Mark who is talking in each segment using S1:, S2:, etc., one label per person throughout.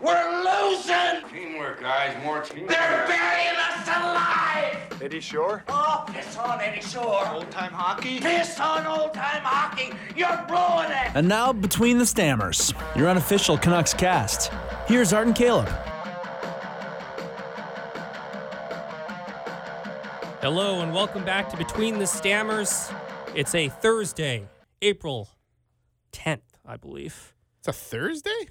S1: We're losing!
S2: Teamwork, guys. More teamwork.
S1: They're burying us alive!
S3: Eddie Shore?
S1: Oh, piss on any shore.
S3: Old time hockey?
S1: Piss on old time hockey. You're blowing it.
S4: And now, Between the Stammers, your unofficial Canucks cast. Here's Art and Caleb.
S5: Hello and welcome back to Between the Stammers. It's a Thursday, April 10th, I believe.
S6: It's a Thursday?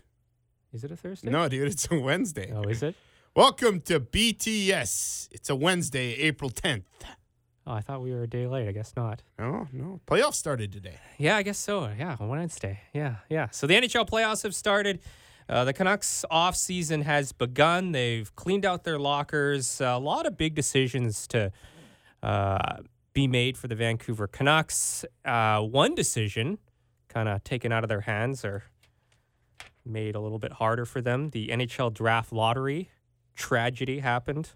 S5: Is it a Thursday?
S6: No, dude, it's a Wednesday.
S5: Oh, is it?
S6: Welcome to BTS. It's a Wednesday, April 10th.
S5: Oh, I thought we were a day late. I guess not.
S6: Oh, no. Playoffs started today.
S5: Yeah, I guess so. Yeah, on Wednesday. Yeah, yeah. So the NHL playoffs have started. Uh, the Canucks offseason has begun. They've cleaned out their lockers. a lot of big decisions to uh, be made for the Vancouver Canucks. Uh, one decision kind of taken out of their hands or made a little bit harder for them. The NHL draft lottery tragedy happened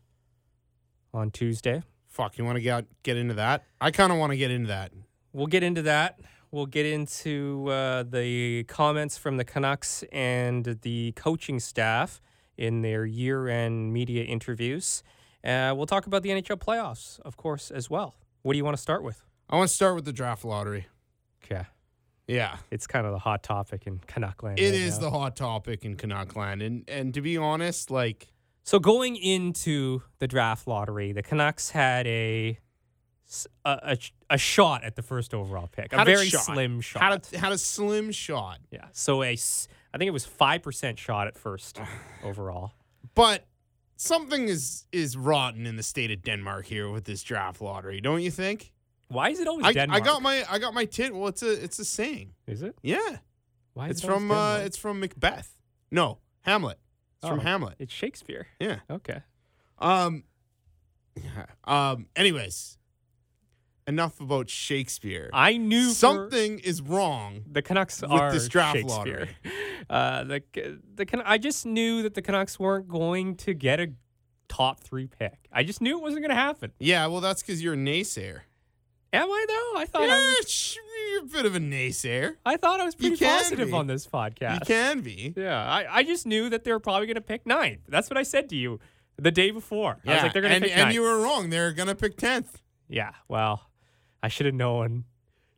S5: on Tuesday.
S6: Fuck, you want to get, get into that? I kind of want to get into that.
S5: We'll get into that. We'll get into uh, the comments from the Canucks and the coaching staff in their year end media interviews. Uh, we'll talk about the NHL playoffs, of course, as well. What do you want to start with?
S6: I want to start with the draft lottery.
S5: Okay.
S6: Yeah.
S5: It's kind of the hot topic in Canuckland.
S6: It is the hot topic in Canuckland. And, and to be honest, like,
S5: So going into the draft lottery, the Canucks had a s- a, a sh- a shot at the first overall pick, a
S6: had
S5: very slim shot.
S6: Had a, had a slim shot.
S5: yeah, so a s- I think it was five percent shot at first overall.
S6: But something is, is rotten in the state of Denmark here with this draft lottery, don't you think?
S5: Why is it always
S6: I, I
S5: Denmark?
S6: got my I got my tit. Well, it's a it's a saying.
S5: Is it?
S6: Yeah.
S5: Why is
S6: It's
S5: it always
S6: from uh,
S5: Denmark?
S6: it's from Macbeth. No, Hamlet. It's from
S5: Oh,
S6: Hamlet.
S5: It's Shakespeare.
S6: Yeah.
S5: Okay.
S6: Um. Um. Anyways, enough about Shakespeare.
S5: I knew for-
S6: Something is wrong.
S5: the Canucks
S6: with
S5: are
S6: this draft
S5: Shakespeare. Uh, the the Can- I just knew that the Canucks weren't going to get a top three pick. I just knew it wasn't going to happen.
S6: Yeah. Well, that's because you're a naysayer.
S5: Am I though? I thought I
S6: Yeah,
S5: was
S6: sh- you're a bit of a naysayer.
S5: I thought I was
S6: You
S5: pretty
S6: can
S5: positive
S6: be.
S5: on this podcast.
S6: You can be.
S5: Yeah, I, I just knew that they were probably going to pick ninth. That's what I said to you the day before. I was like, they're going
S6: and,
S5: to pick
S6: and
S5: ninth.
S6: you were wrong. They're gonna pick tenth.
S5: yeah, well, I should have known.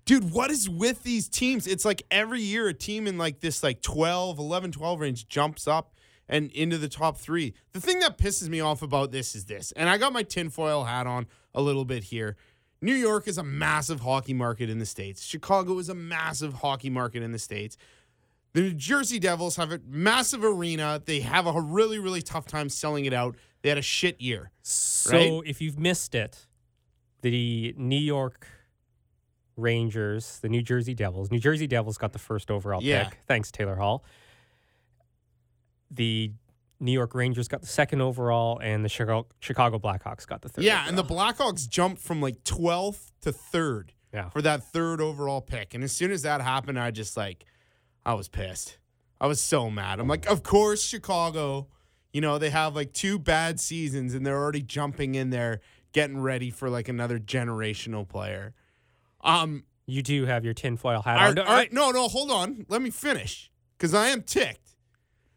S6: Dude, what is with these teams? It's like every year a team in like this like 12, 11, 12 range jumps up and into the top three. The thing that pisses me off about this is this, and I got my tinfoil hat on a little bit here. New York is a massive hockey market in the States. Chicago is a massive hockey market in the States. The New Jersey Devils have a massive arena. They have a really, really tough time selling it out. They had a shit year.
S5: So if you've missed it, the New York Rangers, the New Jersey Devils, New Jersey Devils got the first overall
S6: Yeah.
S5: pick. Thanks, Taylor Hall. The New York Rangers got the second overall, and the Chicago, Chicago Blackhawks got the third.
S6: Yeah, and the
S5: overall.
S6: Blackhawks jumped from like 12th to 3rd
S5: Yeah.
S6: for that third overall pick. And as soon as that happened, I just like, I was pissed. I was so mad. I'm like, of course, Chicago, you know, they have like two bad seasons and they're already jumping in there, getting ready for like another generational player. Um,
S5: you do have your tinfoil hat
S6: all
S5: on.
S6: right, all right, no, no, hold on. Let me finish because I am ticked.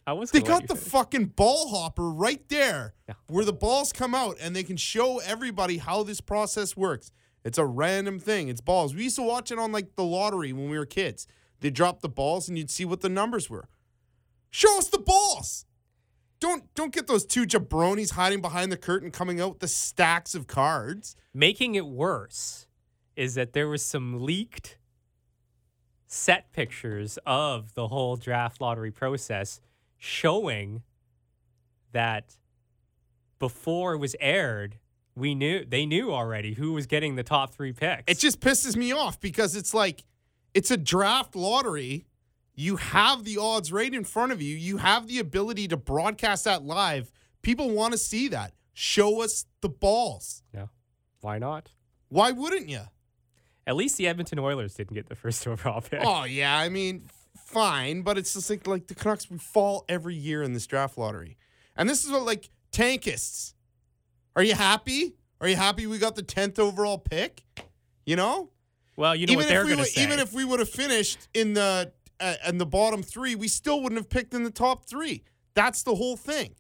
S5: I was
S6: They
S5: gonna let
S6: got
S5: you
S6: the
S5: finish.
S6: fucking ball hopper right there
S5: Yeah.
S6: where the balls come out and they can show everybody how this process works. It's a random thing. It's balls. We used to watch it on like the lottery when we were kids. They dropped the balls and you'd see what the numbers were. Show us the balls. Don't don't get those two jabronis hiding behind the curtain coming out with the stacks of cards.
S5: Making it worse is that there was some leaked set pictures of the whole draft lottery process showing that before it was aired, we knew they knew already who was getting the top three picks.
S6: It just pisses me off because it's like it's a draft lottery. You have the odds right in front of you. You have the ability to broadcast that live. People want to see that. Show us the balls.
S5: no, why not?
S6: Why wouldn't you?
S5: At least the Edmonton Oilers didn't get the first overall pick.
S6: Oh yeah, I mean, fine, but it's just like like the Canucks we fall every year in this draft lottery. And this is what like tankists. Are you happy? Are you happy we got the 10th overall pick? You know?
S5: well, you know what
S6: even
S5: they're
S6: if we
S5: going to
S6: would,
S5: say.
S6: even if we would have finished in the uh, in the bottom three, we still wouldn't have picked in the top three. That's the whole thing.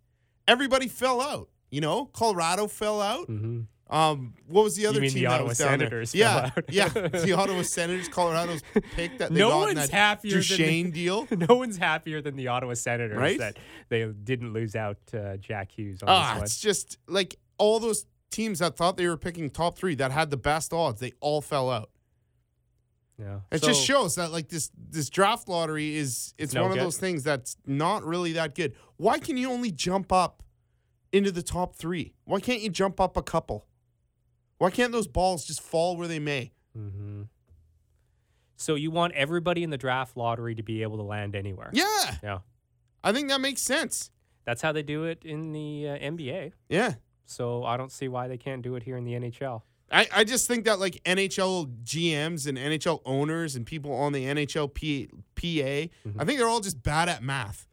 S6: Everybody fell out. You know, Colorado fell out.
S5: Mm-hmm.
S6: Um, what was the other
S5: mean
S6: team
S5: the
S6: that
S5: Ottawa
S6: was down there?
S5: Senators fell
S6: Yeah,
S5: out.
S6: yeah, the Ottawa Senators, Colorado's pick that they
S5: No
S6: got in
S5: one's
S6: that
S5: happier than the-
S6: Duchesne deal.
S5: No one's happier than the Ottawa Senators
S6: Right?
S5: that they didn't lose out uh, Jack Hughes on
S6: Ah, it's
S5: this
S6: just like all those teams that thought they were picking top three that had the best odds, they all fell out.
S5: one. Yeah.
S6: It just shows that like this this draft lottery is it's
S5: no
S6: one
S5: good.
S6: of those things that's not really that good. Why can you only jump up into the top three? Why can't you jump up a couple? Why can't those balls just fall where they may?
S5: mm-hmm. So you want everybody in the draft lottery to be able to land anywhere.
S6: Yeah,
S5: Yeah.
S6: I think that makes sense.
S5: That's how they do it in the uh, NBA.
S6: Yeah.
S5: So I don't see why they can't do it here in the NHL.
S6: I, I just think that like NHL GMs and NHL owners and people on the NHL P- PA, I think they're all just bad at math.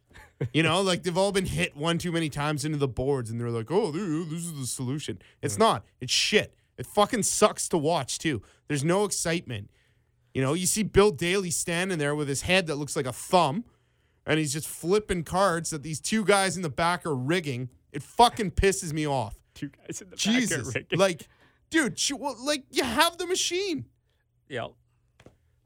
S6: You know, like they've all been hit one too many times into the boards and they're like, oh, th- this is the solution. It's not. It's shit. It fucking sucks to watch too. There's no excitement. You know, you see Bill Daly standing there with his head that looks like a thumb and he's just flipping cards that these two guys in the back are rigging. It fucking pisses me off.
S5: Two guys in the
S6: Jesus, like, dude, sh- well, like you have the machine.
S5: yeah.
S6: All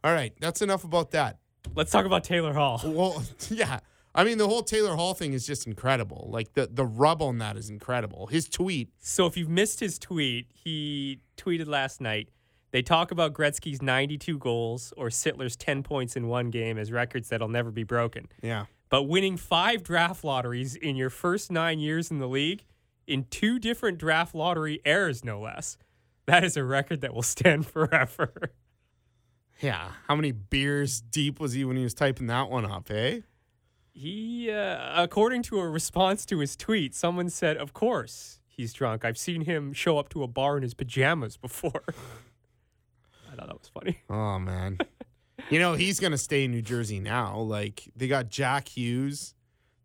S6: right, that's enough about that.
S5: Let's talk about Taylor Hall.
S6: Well, yeah, I mean the whole Taylor Hall thing is just incredible. Like the the rub on that is incredible. His tweet,
S5: So if you've missed his tweet, he tweeted last night. They talk about Gretzky's 92 goals or Sittler's 10 points in one game as records that'll never be broken.
S6: yeah,
S5: But winning five draft lotteries in your first nine years in the league, in two different draft lottery errors, no less, that is a record that will stand forever.
S6: yeah. How many beers deep was he when he was typing that one up? Eh?
S5: He, uh, according to a response to his tweet, someone said, Of course he's drunk. I've seen him show up to a bar in his pajamas before. I thought that was funny.
S6: Oh man, you know he's gonna stay in New Jersey now. Like they got Jack Hughes,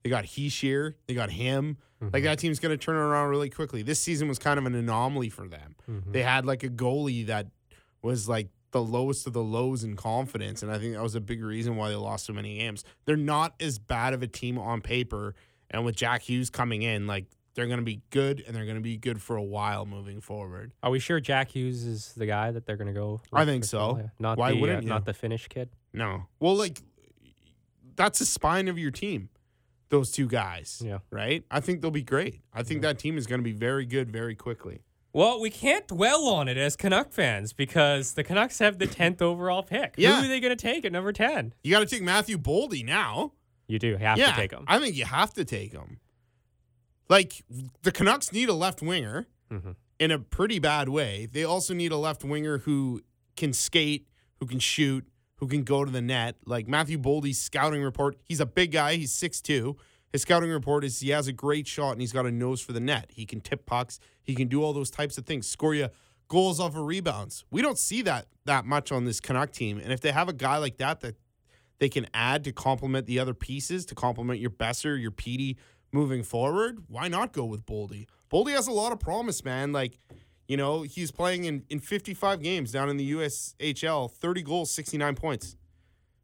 S6: they got Heeshear, they got him.
S5: Mm-hmm,
S6: Like that team's gonna turn it around really quickly. This season was kind of an anomaly for them. uh,
S5: mm-hmm.
S6: They had like a goalie that was like the lowest of the lows in confidence, and I think that was a big reason why they lost so many games. They're not as bad of a team on paper, and with Jack Hughes coming in, like they're gonna be good, and they're gonna be good for a while moving forward.
S5: Are we sure Jack Hughes is the guy that they're going to go?
S6: I
S5: with
S6: think
S5: for
S6: so.
S5: Philadelphia? Not
S6: Why
S5: the, uh,
S6: wouldn't you?
S5: Not the Finnish kid.
S6: No. Well, like that's the spine of your team. Those two guys.
S5: Yeah.
S6: Right? I think they'll be great. I think that team is going to be very good very quickly.
S5: Well, we can't dwell on it as Canuck fans because the Canucks have the 10th overall pick.
S6: Yeah.
S5: Who are they going to take at number 10?
S6: You got to take Matthew Boldy now.
S5: You do have
S6: yeah.
S5: to take him.
S6: I think you have to take him. Like the Canucks need a left winger
S5: Mhm.
S6: in a pretty bad way. They also need a left winger who can skate, who can shoot, who can go to the net. Like Matthew Boldy's scouting report, he's a big guy, he's 6'2. His scouting report is he has a great shot and he's got a nose for the net. He can tip pucks, he can do all those types of things. Score you goals off of rebounds. We don't see that that much on this Canuck team. And if they have a guy like that that they can add to complement the other pieces, to complement your Besser, your Petey moving forward, why not go with Boldy? Boldy has a lot of promise, man. Like, you know, he's playing in, in 55 games down in the USHL, 30 goals, 69 points.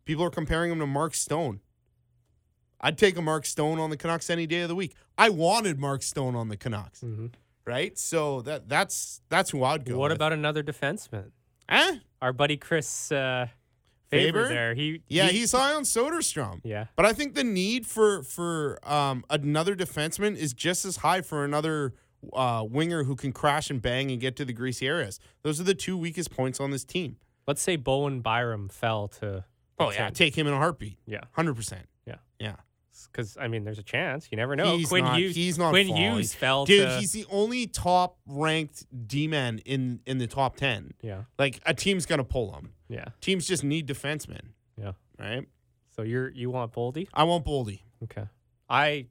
S6: People are comparing him to Mark Stone. I'd take a Mark Stone on the Canucks any day of the week. I wanted Mark Stone on the Canucks, right? So that that's that's who I'd go.
S5: Mm-hmm. what
S6: with.
S5: about another defenseman?
S6: Eh?
S5: Our buddy Chris uh, Faber,
S6: Faber?
S5: there. He
S6: Yeah,
S5: he-
S6: he's high on Soderstrom.
S5: Yeah.
S6: but I think the need for for um, another defenseman is just as high for another uh, winger who can crash and bang and get to the greasy areas. Those are the two weakest points on this team.
S5: Let's say Bowen Byram fell to.
S6: Oh yeah, take him in a heartbeat.
S5: Yeah.
S6: hundred percent.
S5: Yeah.
S6: Yeah,
S5: Because I mean, there's a chance. You never know.
S6: he's
S5: Quinn
S6: not.
S5: Hughes.
S6: he's not.
S5: Quinn
S6: falling.
S5: Hughes fell
S6: Dude,
S5: to.
S6: he's the only top ranked D man in in the top ten.
S5: yeah.
S6: Like a team's gonna pull him.
S5: Yeah.
S6: Teams just need defensemen,
S5: Yeah.
S6: right?
S5: So you're you want Boldy?
S6: I want Boldy.
S5: Okay. I.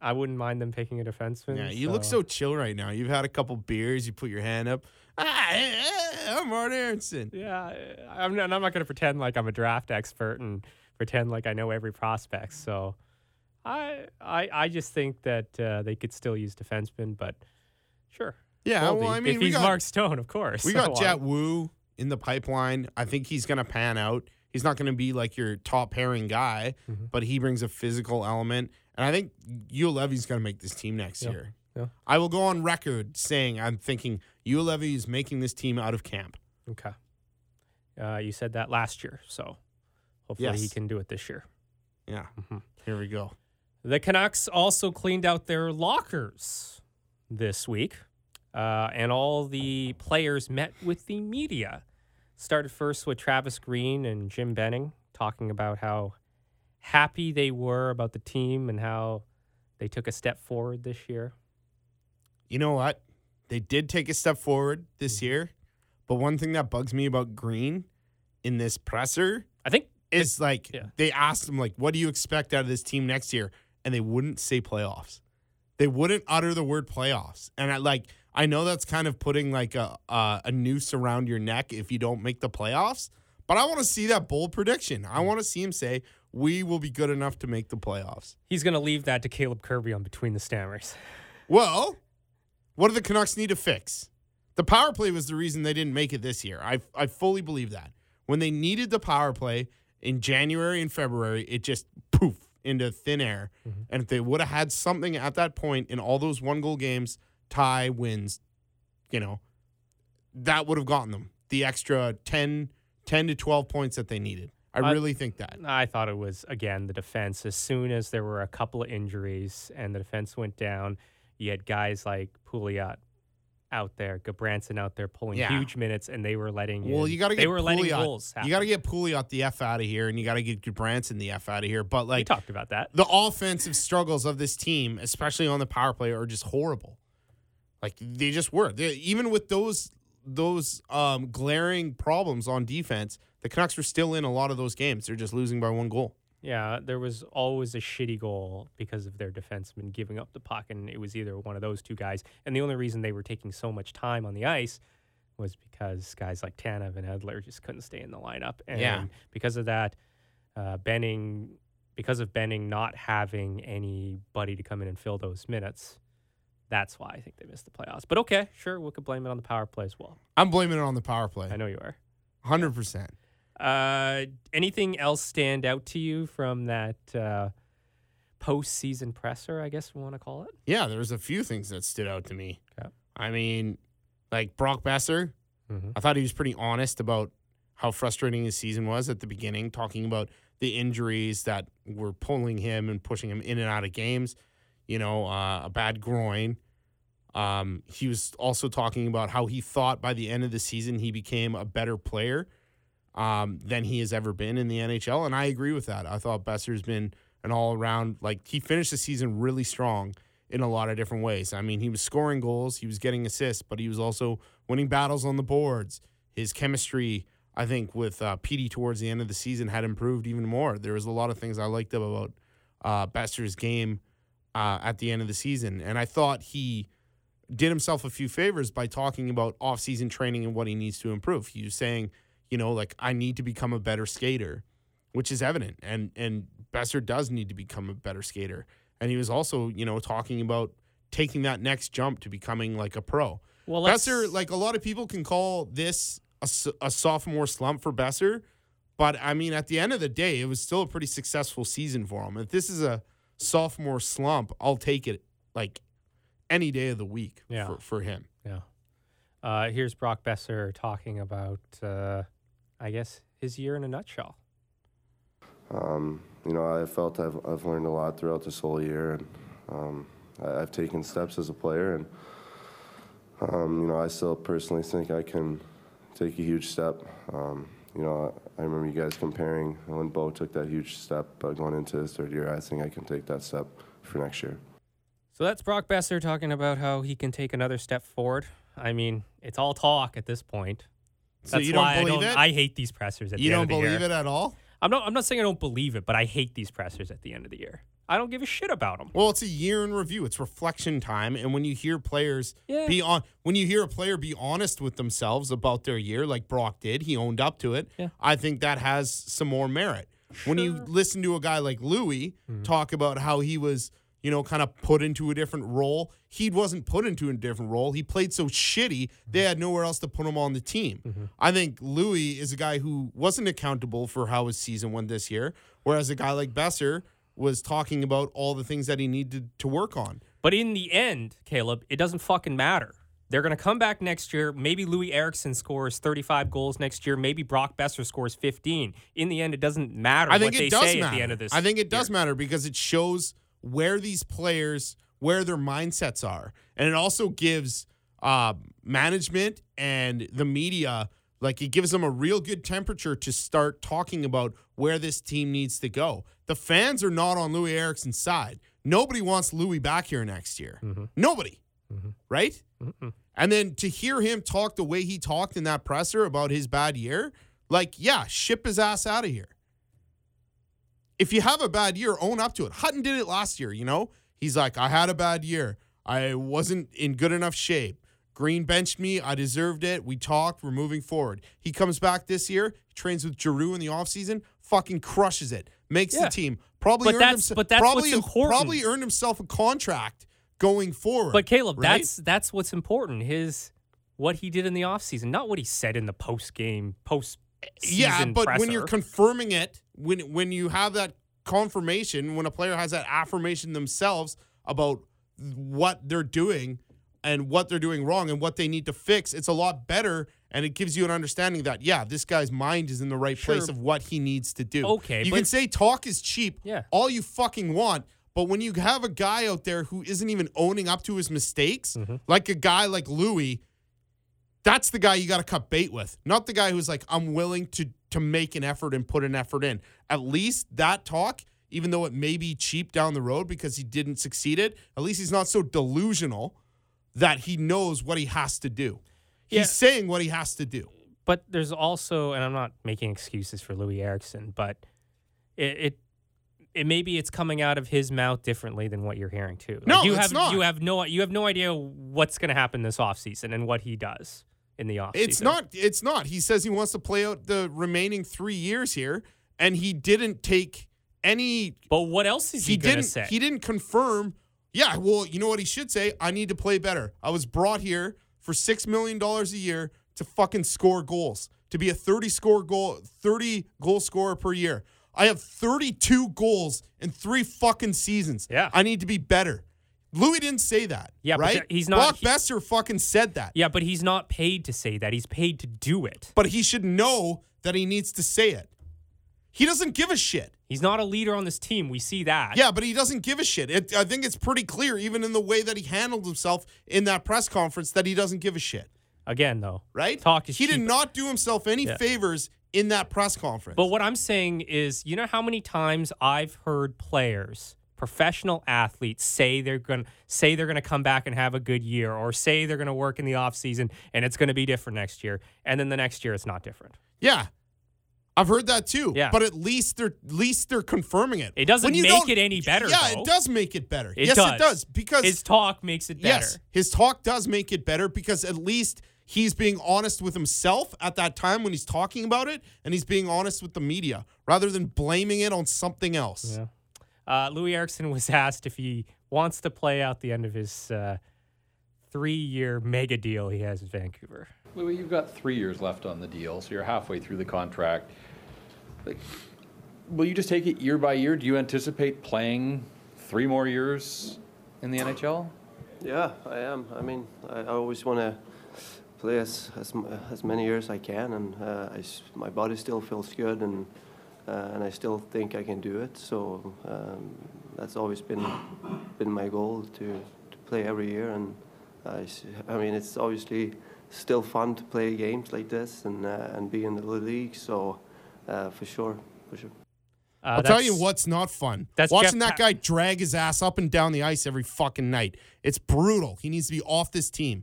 S5: I wouldn't mind them picking a defenseman.
S6: Yeah, you look so chill right now. You've had a couple beers. You put your hand up. Ah, eh, eh, I'm Art Aronson.
S5: Yeah, I'm not, and I'm not going to pretend like I'm a draft expert and pretend like I know every prospect. So, I I, I just think that uh, they could still use defensemen, but sure.
S6: Yeah,
S5: Boldy.
S6: well, I mean,
S5: if
S6: we
S5: he's
S6: got
S5: Mark Stone, of course.
S6: we
S5: So,
S6: got
S5: uh,
S6: Jet Wu in the pipeline. I think he's gonna pan out. He's not going to be like your top pairing guy,
S5: Mm-hmm.
S6: but he brings a physical element. And I think Ulevi's going to make this team next year.
S5: yeah.
S6: I will go on record saying I'm thinking Ulevy is making this team out of camp.
S5: Okay. Uh, you said that last year, so hopefully he
S6: Yes.
S5: can do it this year.
S6: Yeah.
S5: Mm-hmm.
S6: Here we go.
S5: The Canucks also cleaned out their lockers this week, uh, and all the players met with the media. Started first with Travis Green and Jim Benning talking about how happy they were about the team and how they took a step forward this year.
S6: you know what? They did take a step forward this year, but one thing that bugs me about Green in this presser
S5: I think
S6: is like
S5: yeah.
S6: they asked him like, "What do you expect out of this team next year?" and they wouldn't say playoffs. They wouldn't utter the word playoffs, and I like I know that's kind of putting like a a, a noose around your neck if you don't make the playoffs. But I want to see that bold prediction. I want to see him say, "We will be good enough to make the playoffs."
S5: he's going to leave that to Caleb Kirby on Between the Stammers.
S6: Well, what do the Canucks need to fix? The power play was the reason they didn't make it this year. I I fully believe that. When they needed the power play in January and February, it just poof into thin air.
S5: Mm-hmm.
S6: And if they would have had something at that point in all those one goal games, tie wins, you know, that would have gotten them the extra 10, 10 to 12 points that they needed. I,
S5: I-
S6: really think that.
S5: I thought it was again the defense. As soon as there were a couple of injuries and the defense went down, you had guys like Pouliot out there, Gabranson out there pulling
S6: Yeah.
S5: huge minutes, and they were letting.
S6: Well,
S5: in-
S6: you got to get
S5: they were letting
S6: Pouliot-
S5: goals. Happen.
S6: You got to get Pouliot the f out of here, and you got to get Branson the f out of here. But
S5: We
S6: like
S5: talked about that.
S6: the offensive struggles of this team, especially on the power play, are just horrible. Like they just were. They- even with those those um, glaring problems on defense, the Canucks were still in a lot of those games. They're just losing by one goal.
S5: Yeah, there was always a shitty goal because of their defenseman giving up the puck, and it was either one of those two guys. And the only reason they were taking so much time on the ice was because guys like Tanev and Edler just couldn't stay in the lineup. And
S6: Yeah.
S5: because of that, uh, Benning, because of Benning not having anybody to come in and fill those minutes, that's why I think they missed the playoffs. But okay, sure, we could blame it on the power play as well.
S6: I'm blaming it on the power
S5: I
S6: play,
S5: know you are.
S6: hundred percent.
S5: Uh, anything else stand out to you from that uh, postseason presser? I guess we want to call it.
S6: Yeah, there's a few things that stood out to me.
S5: Okay.
S6: I mean, like Brock Besser,
S5: Mhm.
S6: I thought he was pretty honest about how frustrating his season was at the beginning, talking about the injuries that were pulling him and pushing him in and out of games, you know, uh, a bad groin. Um, he was also talking about how he thought by the end of the season he became a better player um, than he has ever been in the NHL. And I agree with that. I thought Besser's been an all around, like, he finished the season really strong in a lot of different ways. I mean, he was scoring goals, he was getting assists, but he was also winning battles on the boards. His chemistry, I think, with uh, Petey towards the end of the season had improved even more. There was a lot of things I liked about uh, Besser's game uh, at the end of the season. And I thought he did himself a few favors by talking about off-season training and what he needs to improve. He was saying, you know, like I need to become a better skater, which is evident, and and Besser does need to become a better skater. And he was also, you know, talking about taking that next jump to becoming like a pro.
S5: Well,
S6: Besser, like a lot of people can call this a, so- a sophomore slump for Besser, but I mean, at the end of the day, it was still a pretty successful season for him. If this is a sophomore slump, I'll take it like any day of the week
S5: Yeah.
S6: for, for him.
S5: yeah. Uh, here's Brock Besser talking about, uh, I guess, his year in a nutshell.
S2: Um, you know, I felt I've, I've learned a lot throughout this whole year, and um, I, I've taken steps as a player, and um, you know, I still personally think I can take a huge step. Um, you know, I remember you guys comparing when Bo took that huge step uh, going into his third year. I think I can take that step for next year.
S5: So that's Brock Besser talking about how he can take another step forward. I mean, it's all talk at this point.
S6: So
S5: That's
S6: you don't
S5: why
S6: believe
S5: I don't.
S6: it?
S5: I hate these pressers at
S6: you
S5: the end
S6: don't
S5: of the year.
S6: believe it at all?
S5: I'm not. I'm not saying I don't believe it, but I hate these pressers at the end of the year. I don't give a shit about them.
S6: Well, it's a year in review. It's reflection time, and when you hear players
S5: Yeah.
S6: be on, when you hear a player be honest with themselves about their year, like Brock did, he owned up to it.
S5: Yeah.
S6: I think that has some more merit. When you listen to a guy like Louis talk about how he was, you know, kind of put into a different role. He wasn't put into a different role. He played so shitty, they had nowhere else to put him on the team. I think Louis is a guy who wasn't accountable for how his season went this year, whereas a guy like Besser was talking about all the things that he needed to work on.
S5: But in the end, Caleb, it doesn't fucking matter. They're going to come back next year. Maybe Louis Erickson scores 35 goals next year. Maybe Brock Besser scores 15. In the end, it doesn't matter
S6: I think
S5: what
S6: it
S5: they
S6: does
S5: say
S6: matter.
S5: at the end of this.
S6: I think it does matter because it shows where these players, where their mindsets are, and it also gives uh, management and the media, like it gives them a real good temperature to start talking about where this team needs to go. The fans are not on Louis Erickson's side. Nobody wants Louis back here next year.
S5: Mm-hmm.
S6: Nobody, right? And then to hear him talk the way he talked in that presser about his bad year, like, yeah, ship his ass out of here if you have a bad year, own up to it. Hutton did it last year, you know? He's like, I had a bad year. I wasn't in good enough shape. Green benched me. I deserved it. We talked. We're moving forward. He comes back this year, trains with Giroux in the offseason, fucking crushes it, makes
S5: Yeah.
S6: the team. Probably
S5: But
S6: earned
S5: that's-
S6: himself
S5: but that's
S6: probably,
S5: what's important.
S6: probably earned himself a contract going forward.
S5: But Caleb,
S6: right?
S5: that's that's what's important. His what he did in the offseason, not what he said in the post game, post
S6: yeah, but when you're confirming it, when when you have that confirmation, when a player has that affirmation themselves about what they're doing and what they're doing wrong and what they need to fix, it's a lot better and it gives you an understanding that yeah, this guy's mind is in the right place
S5: Sure.
S6: of what he needs to do.
S5: Okay,
S6: you
S5: but-
S6: can say talk is cheap,
S5: Yeah.
S6: all you fucking want. But when you have a guy out there who isn't even owning up to his mistakes,
S5: Mm-hmm.
S6: like a guy like Louis, that's the guy you got to cut bait with, not the guy who's like, I'm willing to to make an effort and put an effort in. At least that talk, even though it may be cheap down the road because he didn't succeed it, at least he's not so delusional that he knows what he has to do. He's
S5: Yeah.
S6: saying what he has to do.
S5: but there's also, and I'm not making excuses for Louis Erickson, but it, it it maybe it's coming out of his mouth differently than what you're hearing too. Like,
S6: No,
S5: you
S6: it's
S5: have
S6: not.
S5: you have no you have no idea what's going to happen this offseason and what he does in the offseason.
S6: It's not. It's not. He says he wants to play out the remaining three years here, and he didn't take any
S5: But what else is he,
S6: he
S5: going to
S6: didn't
S5: say?
S6: he didn't confirm yeah well you know what he should say i need to play better i was brought here for six million dollars a year to fucking score goals to be a 30 score goal 30 goal scorer per year i have 32 goals in three fucking seasons
S5: Yeah.
S6: i need to be better louis didn't say that
S5: Yeah, but
S6: right
S5: that- he's not-
S6: brock
S5: he-
S6: besser fucking said that
S5: yeah, but he's not paid to say that. He's paid to do it.
S6: but he should know that he needs to say it he doesn't give a shit
S5: He's not a leader on this team. We see that.
S6: Yeah, but he doesn't give a shit. It, I think it's pretty clear, even in the way that he handled himself in that press conference, that he doesn't give a shit.
S5: Again, though,
S6: Right?
S5: Talk is
S6: he did
S5: cheap.
S6: not do himself any favors in that press conference.
S5: But what I'm saying is, you know how many times I've heard players, professional athletes, say they're gonna say they're gonna come back and have a good year, or say they're gonna work in the off season and it's gonna be different next year, and then the next year it's not different.
S6: yeah, I've heard that too.
S5: Yeah.
S6: but at least they're at least they're confirming it.
S5: It doesn't
S6: When you
S5: make
S6: don't-
S5: it any better,
S6: Yeah,
S5: though.
S6: it does make it better.
S5: It
S6: yes,
S5: does.
S6: it does because
S5: His talk makes it better.
S6: Yes, his talk does make it better because at least he's being honest with himself at that time when he's talking about it, and he's being honest with the media rather than blaming it on something else.
S5: Uh, Louis Erickson was asked if he wants to play out the end of his uh, three-year mega deal he has in Vancouver.
S3: Louis, you've got three years left on the deal, so you're halfway through the contract. Like, will you just take it year by year? Do you anticipate playing three more years in the NHL?
S7: Yeah, I am. I mean, I, I always want to play as, as m- as many years I can, and uh, I s my body still feels good, and uh, and I still think I can do it. So um, that's always been been my goal to, to play every year, and I, s- I mean it's obviously still fun to play games like this and uh, and be in the league. So uh, for sure, for sure.
S5: Uh,
S6: I'll tell
S5: that's-
S6: you what's not fun.
S5: that's
S6: Watching
S5: Jeff
S6: that
S5: Pa-
S6: guy drag his ass up and down the ice every fucking night. It's brutal. He needs to be off this team.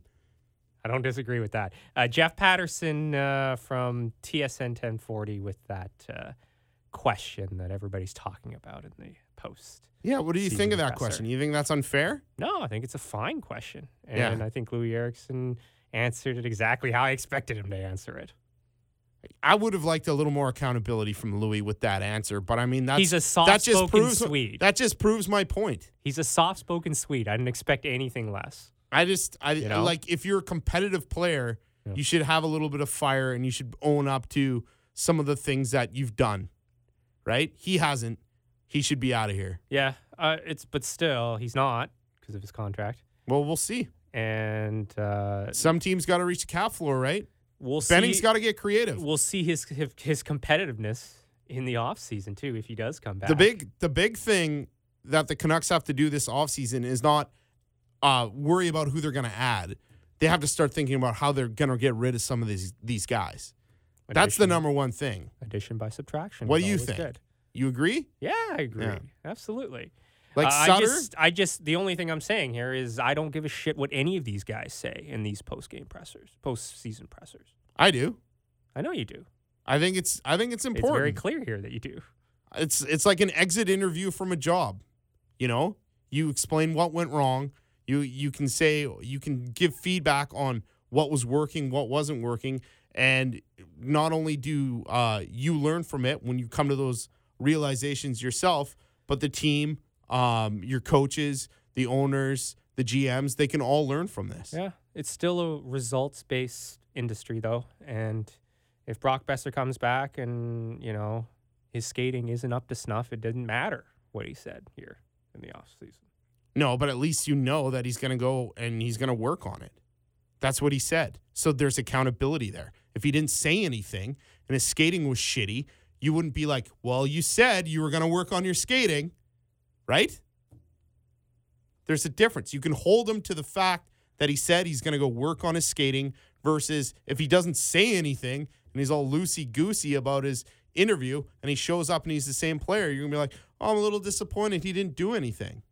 S5: I don't disagree with that. Uh, Jeff Patterson uh, from TSN 1040 with that uh, question that everybody's talking about in the post.
S6: Yeah, what do you
S5: Season
S6: think of that
S5: presser.
S6: question? You think that's unfair?
S5: No, I think it's a fine question. And
S6: Yeah.
S5: I think Louis Erickson answered it exactly how I expected him to answer it.
S6: I would have liked a little more accountability from Louis with that answer, but I mean that's
S5: He's a
S6: that just
S5: soft-spoken
S6: proves
S5: Swede.
S6: that just proves my point.
S5: He's a soft spoken Swede. I didn't expect anything less.
S6: I just I
S5: know?
S6: like if you're a competitive player, you should have a little bit of fire and you should own up to some of the things that you've done. Right? He hasn't. He should be out of here.
S5: Yeah, uh, it's but still he's not because of his contract,
S6: Well, we'll see.
S5: and uh,
S6: Some teams got to reach the cap floor, right?
S5: we'll see.
S6: Benning's got to get creative.
S5: we'll see his his, his competitiveness in the offseason too if he does come back.
S6: The big the big thing that the Canucks have to do this offseason is not uh, worry about who they're going to add. They have to start thinking about how they're going to get rid of some of these these guys. That's the
S5: Addition-
S6: number one thing.
S5: addition by subtraction.
S6: What
S5: is
S6: do you
S5: always
S6: think?
S5: good.
S6: You agree?
S5: Yeah, I agree.
S6: Yeah.
S5: Absolutely.
S6: Like
S5: Uh, I
S6: Sutter?
S5: just, I just the only thing I'm saying here is I don't give a shit what any of these guys say in these post game pressers, post season pressers.
S6: I do.
S5: I know you do.
S6: I think it's I think it's
S5: It's very
S6: important.
S5: clear here that you do.
S6: It's it's like an exit interview from a job. You know, you explain what went wrong. You you can say you can give feedback on what was working, what wasn't working, and not only do uh, you learn from it when you come to those realizations yourself, but the team, um, your coaches, the owners, the GMs, they can all learn from this.
S5: Yeah, it's still a results based industry though, and if Brock Besser comes back and you know his skating isn't up to snuff, it doesn't matter what he said here in the off season.
S6: No, but at least you know that he's going to go and he's going to work on it. That's what he said. So there's accountability there. If he didn't say anything and his skating was shitty, you wouldn't be like, well, you said you were going to work on your skating, right? There's a difference. You can hold him to the fact that he said he's going to go work on his skating versus if he doesn't say anything and he's all loosey goosey about his interview and he shows up and he's the same player, you're going to be like, oh, I'm a little disappointed he didn't do anything.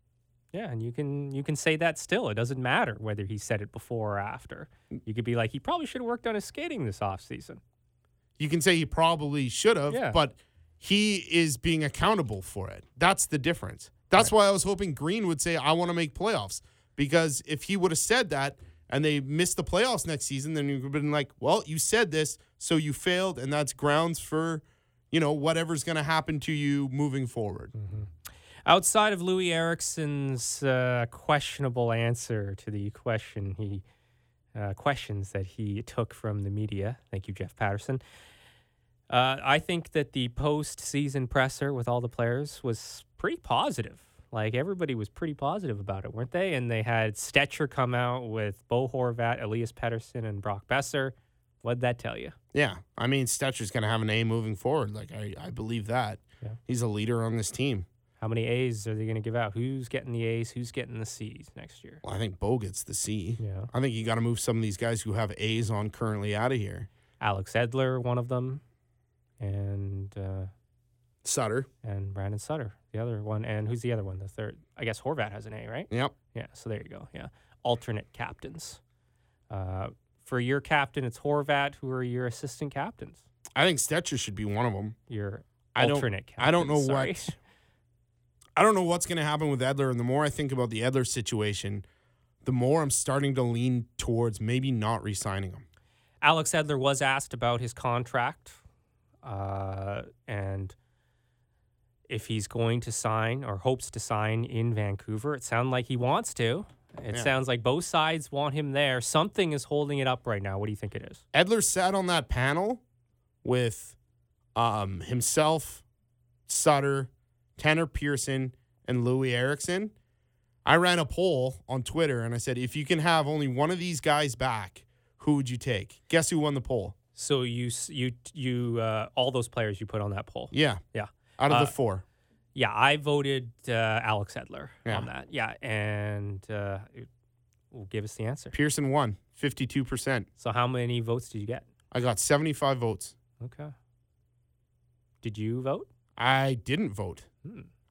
S5: Yeah, and you can you can say that still. It doesn't matter whether he said it before or after. You could be like, he probably should have worked on his skating this off season.
S6: you can say he probably should have,
S5: Yeah.
S6: but he is being accountable for it. That's the difference. That's why I was hoping Green would say, I want to make playoffs. Because if he would have said that and they missed the playoffs next season, then you would have been like, well, you said this, so you failed, and that's grounds for, you know, whatever's going to happen to you moving forward.
S5: Hmm. Outside of Louis Erickson's uh, questionable answer to the question he uh, questions that he took from the media, thank you, Jeff Patterson. Uh, I think that the postseason presser with all the players was pretty positive. Like everybody was pretty positive about it, weren't they? And they had Stetcher come out with Bo Horvat, Elias Pettersson, and Brock Besser. What'd that tell you?
S6: Yeah. I mean, Stetcher's going to have an A moving forward. Like, I, I believe that.
S5: Yeah.
S6: He's a leader on this team.
S5: How many A's are they going to give out? Who's getting the A's? Who's getting the C's next year?
S6: Well, I think Bo gets the C.
S5: Yeah.
S6: I think you got to move some of these guys who have A's on currently out of here.
S5: Alex Edler, one of them, and uh,
S6: Sutter.
S5: and Brandon Sutter, the other one, and who's the other one? The third, I guess Horvat has an A, right?
S6: Yep.
S5: Yeah. So there you go. Yeah, alternate captains. Uh, for your captain, it's Horvat. Who are your assistant captains?
S6: I think Stetcher should be one of them.
S5: Your
S6: I don't.
S5: alternate captains.
S6: I don't know
S5: sorry.
S6: what. I don't know what's going to happen with Edler, and the more I think about the Edler situation, the more I'm starting to lean towards maybe not re-signing him.
S5: Alex Edler was asked about his contract uh, and if he's going to sign or hopes to sign in Vancouver. It sounds like he wants to. It
S6: Yeah.
S5: sounds like both sides want him there. Something is holding it up right now. What do you think it is?
S6: Edler sat on that panel with um, himself, Sutter, Tanner Pearson, and Louis Erickson. I ran a poll on Twitter and I said, if you can have only one of these guys back, who would you take? Guess who won the poll?
S5: So you s- you you uh, all those players you put on that poll.
S6: Yeah,
S5: Yeah.
S6: out of
S5: Uh,
S6: the four.
S5: Yeah, I voted uh, Alex Edler
S6: Yeah.
S5: on that. Yeah, and uh, it will give us the answer.
S6: Pearson won 52%.
S5: So how many votes did you get?
S6: I got 75 votes.
S5: Okay. Did you vote?
S6: I didn't vote.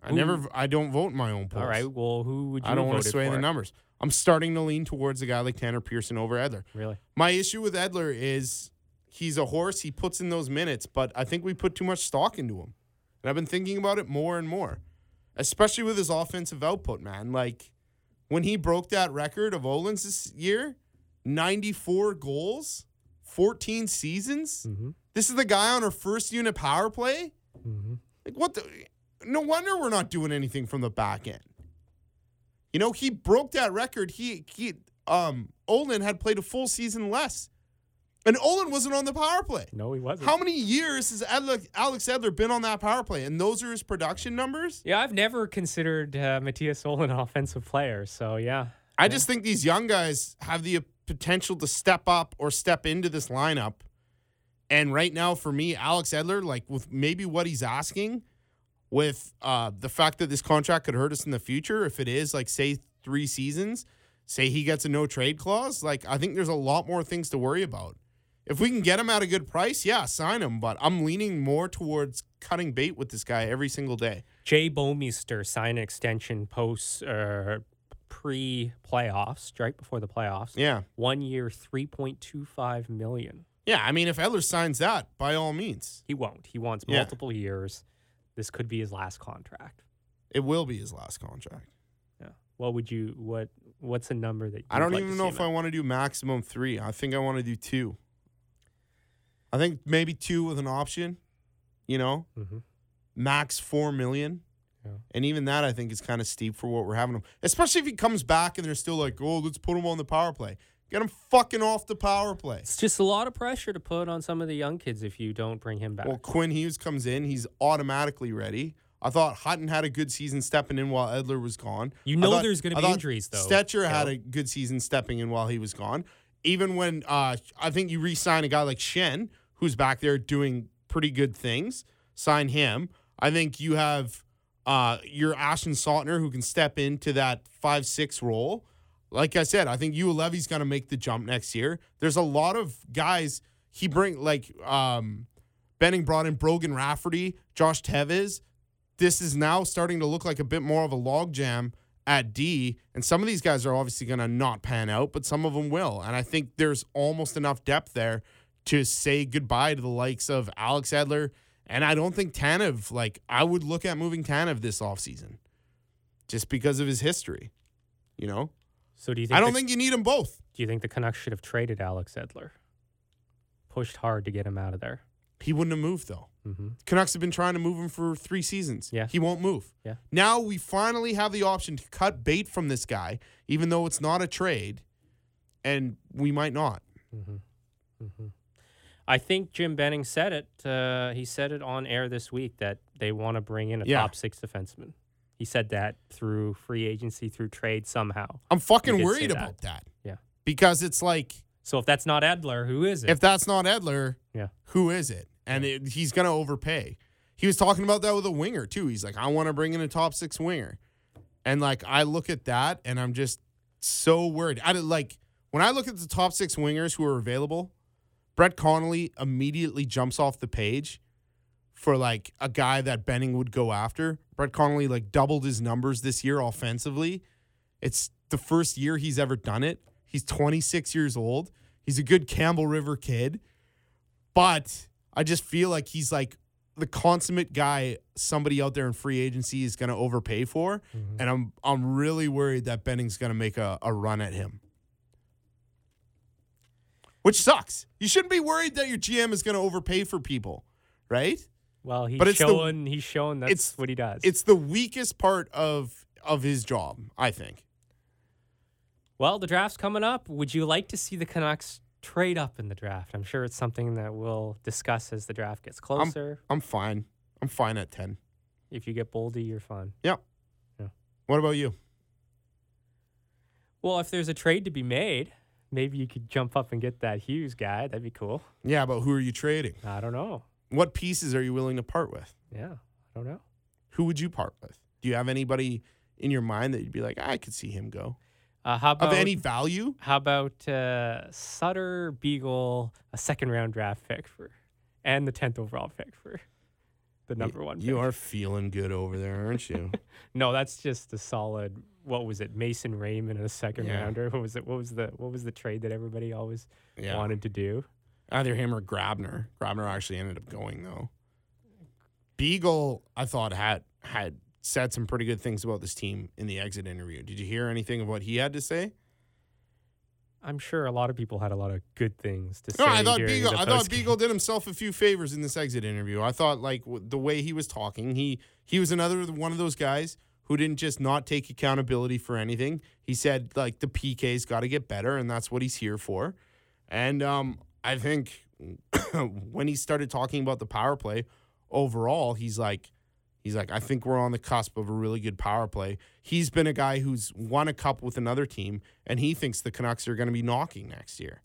S6: I never, v- I don't vote in my own polls.
S5: Hmm. All right. Well, who would you?
S6: I don't
S5: want to
S6: sway the numbers. I'm starting to lean towards a guy like Tanner Pearson over Edler.
S5: Really?
S6: My issue with Edler is he's a horse. He puts in those minutes, but I think we put too much stock into him. And I've been thinking about it more and more, especially with his offensive output, man. Like when he broke that record of Olin's this year, 94 goals, 14 seasons. This is the guy on our first unit power play. Like what? The, no wonder we're not doing anything from the back end. You know, he broke that record. He he um Olin had played a full season less. And Olin wasn't on the power play.
S5: No, he wasn't.
S6: How many years has Adler, Alex Edler been on that power play? And those are his production numbers?
S5: yeah, I've never considered uh, Matthias Sol an offensive player. So yeah,
S6: I just think these young guys have the potential to step up or step into this lineup. And right now, for me, Alex Edler, like with maybe what he's asking, with uh, the fact that this contract could hurt us in the future, if it is like say three seasons, say he gets a no trade clause, like I think there's a lot more things to worry about. If we can get him at a good price, yeah, sign him. But I'm leaning more towards cutting bait with this guy every single day.
S5: Jay Bomeister signed an extension post uh, pre playoffs, right before the playoffs.
S6: Yeah.
S5: one year, three point two five million.
S6: Yeah, I mean, if Edler signs that, by all means,
S5: He won't. He wants
S6: Yeah.
S5: multiple years. This could be his last contract.
S6: it will be his last contract.
S5: Yeah. What would you? What? What's a number that?
S6: I
S5: you'd
S6: don't
S5: like to
S6: even
S5: see
S6: know
S5: him
S6: if
S5: at?
S6: I want to do maximum three. I think I want to do two. I think maybe two with an option, you know,
S5: Mhm.
S6: max four million.
S5: Yeah.
S6: And even that, I think, is kind of steep for what we're having him. Especially if he comes back and they're still like, oh, let's put him on the power play. Get him fucking off the power play.
S5: It's just a lot of pressure to put on some of the young kids if you don't bring him back.
S6: Well, Quinn Hughes comes in. He's automatically ready. I thought Hutton had a good season stepping in while Edler was gone.
S5: You
S6: I
S5: know
S6: thought-
S5: there's gonna
S6: I
S5: be
S6: thought
S5: injuries, though,
S6: Stetcher had
S5: Joe.
S6: a good season stepping in while he was gone. Even when uh, I think you re-sign a guy like Shen, who's back there doing pretty good things, sign him. I think you have uh, your Ashton Saltner who can step into that five-six role. Like I said, I think you Levy's going to make the jump next year. There's a lot of guys he bring like um, Benning brought in Brogan Rafferty, Josh Tevez. This is now starting to look like a bit more of a logjam at D. And some of these guys are obviously going to not pan out, but some of them will. And I think there's almost enough depth there to say goodbye to the likes of Alex Edler. And I don't think Tanev, like, I would look at moving Tanev this offseason just because of his history. You know,
S5: so do you think?
S6: I don't
S5: the,
S6: think you need them both.
S5: Do you think the Canucks should have traded Alex Edler? Pushed hard to get him out of there.
S6: He wouldn't have moved though. Canucks have been trying to move him for three seasons.
S5: Mm-hmm. Yeah.
S6: He won't move.
S5: Yeah.
S6: Now we finally have the option to cut bait from this guy, even though it's not a trade, and we might not.
S5: I think Jim Benning said it. Uh, he said it on air this week that they want to bring in a
S6: Yeah.
S5: top six defenseman. He said that through free agency, through trade somehow.
S6: I'm
S5: He
S6: fucking
S5: did say
S6: worried
S5: that.
S6: about that.
S5: Yeah.
S6: Because it's like
S5: So if that's not Edler, who is it?
S6: if that's not Edler,
S5: yeah.
S6: who is it? And it, he's gonna overpay. He was talking about that with a winger too. He's like, I want to bring in a top six winger, and like I look at that and I'm just so worried. I did, like when I look at the top six wingers who are available. Brett Connolly immediately jumps off the page for like a guy that Benning would go after. Brett Connolly like doubled his numbers this year offensively. It's the first year he's ever done it. He's 26 years old. He's a good Campbell River kid. But I just feel like he's like the consummate guy somebody out there in free agency is going to overpay for
S5: Mm-hmm.
S6: and I'm I'm really worried that Benning's going to make a, a run at him. Which sucks. You shouldn't be worried that your GM is going to overpay for people, right?
S5: Well, he's
S6: But it's the-
S5: shown. he's shown that's
S6: it's-
S5: what he does.
S6: It's the weakest part of of his job, I think.
S5: Well, the draft's coming up. Would you like to see the Canucks trade up in the draft? I'm sure it's something that we'll discuss as the draft gets
S6: I'm,
S5: closer.
S6: I'm fine. I'm fine at 10.
S5: if you get boldy, you're fine.
S6: Yep.
S5: Yeah.
S6: What about you?
S5: Well, if there's a trade to be made, maybe you could jump up and get that Hughes guy. That'd be cool.
S6: Yeah, but who are you trading?
S5: I don't know.
S6: What pieces are you willing to part with?
S5: Yeah, I don't know.
S6: Who would you part with? Do you have anybody in your mind that you'd be like, I could see him go?
S5: Uh, how about
S6: Of any value?
S5: How about uh, Sutter, Beagle, a second round draft pick for, and the tenth overall pick for the number one.
S6: You
S5: pick.
S6: are feeling good over there, aren't you?
S5: No, that's just a solid. What was it? Mason Raymond, a second
S6: Yeah.
S5: rounder. What was it? What was the what was the trade that everybody always
S6: Yeah.
S5: wanted to do?
S6: Either him or Grabner. Grabner actually ended up going though. Beagle, I thought had had said some pretty good things about this team in the exit interview. Did you hear anything of what he had to say?
S5: I'm sure a lot of people had a lot of good things to say.
S6: No, I thought
S5: during
S6: Beagle.
S5: the
S6: I thought
S5: postgame.
S6: Beagle did himself a few favors in this exit interview. I thought like w- the way he was talking, he he was another one of those guys who didn't just not take accountability for anything. He said like the PK's got to get better, and that's what he's here for. And um, I think when he started talking about the power play overall, he's like, He's like, I think we're on the cusp of a really good power play. He's been a guy who's won a cup with another team, and he thinks the Canucks are going to be knocking next year.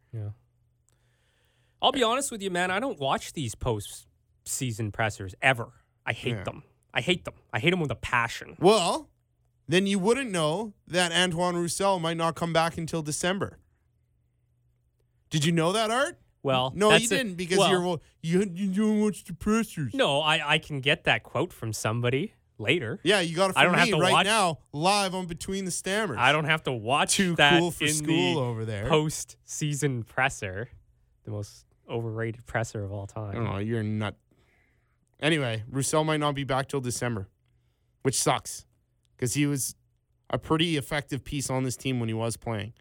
S5: I'll be honest with you, man. I don't watch these post-season pressers ever. I hate
S6: Yeah.
S5: them. I hate them. I hate them with a passion.
S6: Well, then you wouldn't know that Antoine Roussel might not come back until December. Did you know that, Art?
S5: Well,
S6: No,
S5: that's
S6: you
S5: a-
S6: didn't because
S5: well,
S6: you're well, you you don't watch the pressers.
S5: No, I I can get that quote from somebody later.
S6: Yeah, you got it.
S5: I
S6: from
S5: don't have
S6: me
S5: to
S6: right
S5: watch-
S6: now, live on Between the Stammers.
S5: I don't have to watch
S6: Too
S5: that
S6: cool for
S5: in
S6: school
S5: the
S6: over there.
S5: post-season presser, the most overrated presser of all time.
S6: Oh, you're nut. Anyway, Roussel might not be back till December, which sucks because he was a pretty effective piece on this team when he was playing.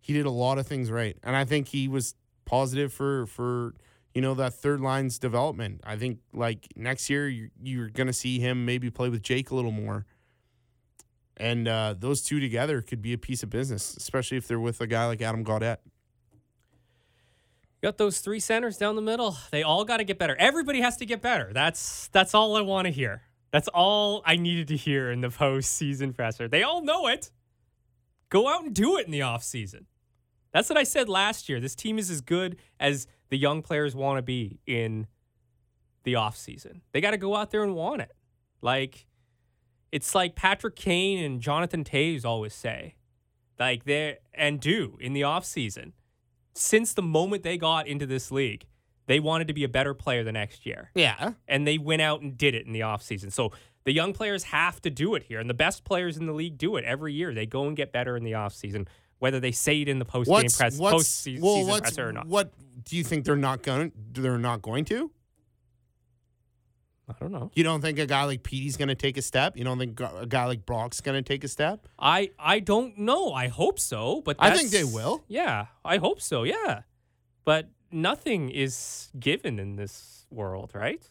S6: He did a lot of things right, and I think he was positive for for you know that third line's development. I think like next year you're, you're gonna see him maybe play with Jake a little more, and uh, those two together could be a piece of business, especially if they're with a guy like Adam Gaudette.
S5: Got those three centers down the middle. They all got to get better. Everybody has to get better. That's that's all I want to hear. That's all I needed to hear in the postseason presser. They all know it. Go out and do it in the offseason. That's what I said last year. This team is as good as the young players want to be in the offseason. They got to go out there and want it. Like it's like Patrick Kane and Jonathan Taves always say. Like they're and do in the offseason since the moment they got into this league, they wanted to be a better player the next year.
S6: Yeah,
S5: And they went out and did it in the offseason. So the young players have to do it here. And the best players in the league do it every year. They go and get better in the offseason, whether they say it in the post game press, post season
S6: well, what's-
S5: presser or not.
S6: What do you think they're not going? to They're not going to.
S5: I don't know.
S6: You don't think a guy like Petey's going to take a step? You don't think a guy like Brock's going to take a step?
S5: I, I don't know. I hope so. But
S6: I think
S5: that's-
S6: they will.
S5: Yeah. I hope so. Yeah. But nothing is given in this world, right?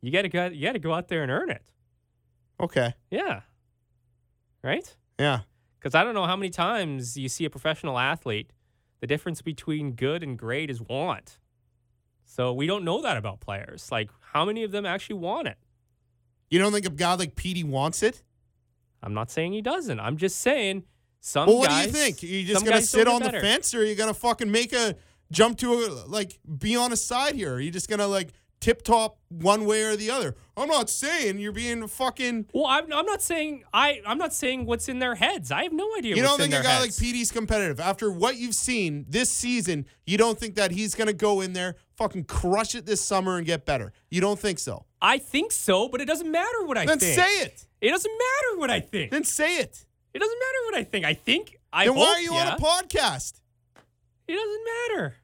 S5: You gotta go you gotta go out there and earn it.
S6: Okay.
S5: Yeah. Right?
S6: Yeah.
S5: Because I don't know how many times you see a professional athlete, the difference between good and great is want. So we don't know that about players. Like, how many of them actually want it?
S6: You don't think a guy like Petey wants it?
S5: I'm not saying he doesn't. I'm just saying some
S6: Well, what
S5: guys.
S6: do you think?
S5: some
S6: You just going to
S5: guys don't
S6: sit
S5: get
S6: on the
S5: better.
S6: fence, or you going to fucking make a jump to a like be on a side here? Are you just going to like tip top one way or the other? I'm not saying you're being fucking.
S5: Well, I'm, I'm not saying I. I'm not saying what's in their heads. I have no idea.
S6: You
S5: what's
S6: don't
S5: in
S6: think
S5: their
S6: a guy
S5: heads.
S6: like Petey's competitive after what you've seen this season? You don't think that he's going to go in there, fucking crush it this summer and get better? You don't think so?
S5: I think so, but it doesn't matter what I
S6: then
S5: think.
S6: say it.
S5: It doesn't matter what I think.
S6: Then say it.
S5: It doesn't matter what I think. I think. I
S6: then why
S5: hope,
S6: are you
S5: yeah.
S6: on a podcast?
S5: It doesn't matter.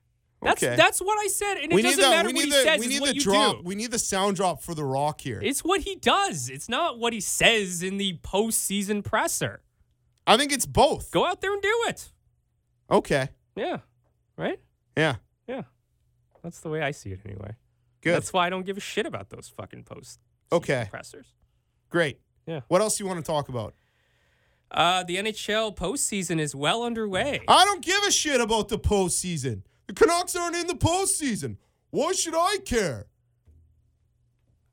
S5: That's
S6: Okay.
S5: that's what I said, and it doesn't matter
S6: we
S5: what
S6: need
S5: he
S6: the
S5: says.
S6: we
S5: it's
S6: need
S5: what
S6: the
S5: you
S6: drop.
S5: do.
S6: We need the sound drop for the rock here.
S5: it's what he does. It's not what he says in the postseason presser.
S6: I think it's both.
S5: Go out there and do it.
S6: Okay.
S5: Yeah, right.
S6: Yeah.
S5: Yeah, that's the way I see it anyway.
S6: Good.
S5: That's why I don't give a shit about those fucking post
S6: Okay.
S5: pressers.
S6: Great.
S5: Yeah.
S6: What else you want to talk about?
S5: Uh, the NHL postseason is well underway.
S6: I don't give a shit about the postseason. The Canucks aren't in the postseason. Why should I care?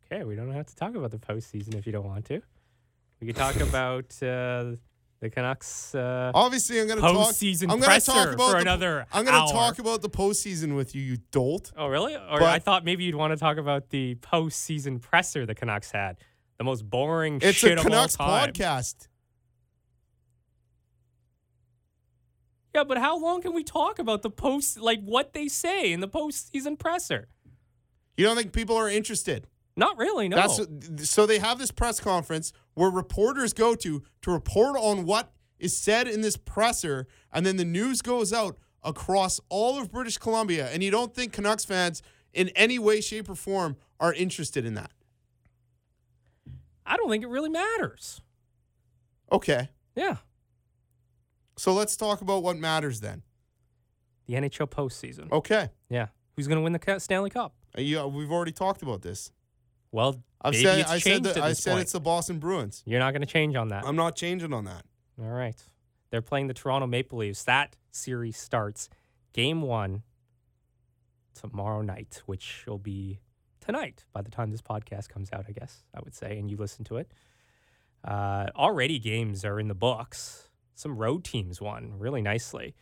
S5: Okay, we don't have to talk about the postseason if you don't want to. We could talk about uh, the Canucks. Uh,
S6: Obviously, I'm gonna talk.
S5: Postseason
S6: I'm gonna
S5: presser
S6: talk about
S5: for
S6: the,
S5: another
S6: I'm gonna
S5: hour.
S6: talk about the postseason with you, you dolt.
S5: Oh, really? Or
S6: But-
S5: I thought maybe you'd want to talk about the postseason presser the Canucks had. The most boring
S6: It's
S5: shit
S6: a
S5: of
S6: Canucks
S5: all time.
S6: podcast.
S5: Yeah, but how long can we talk about the post, like what they say in the postseason presser?
S6: You don't think people are interested?
S5: Not really, no.
S6: That's so they have this press conference where reporters go to to report on what is said in this presser, and then the news goes out across all of British Columbia. And you don't think Canucks fans in any way, shape, or form are interested in that?
S5: I don't think it really matters.
S6: Okay,
S5: Yeah.
S6: So let's talk about what matters then.
S5: The NHL postseason.
S6: Okay.
S5: Yeah. Who's going to win the Ca- Stanley Cup?
S6: Uh, Yeah, we've already talked about this.
S5: Well,
S6: I've
S5: maybe
S6: said
S5: it's
S6: I said
S5: changed
S6: that,
S5: at
S6: I
S5: this
S6: said
S5: point.
S6: it's the Boston Bruins.
S5: You're not going to change on that.
S6: I'm not changing on that.
S5: All right. They're playing the Toronto Maple Leafs. That series starts game one tomorrow night, which will be tonight by the time this podcast comes out, I guess, I would say, and you listen to it. Uh, already games are in the books. Some road teams won really nicely.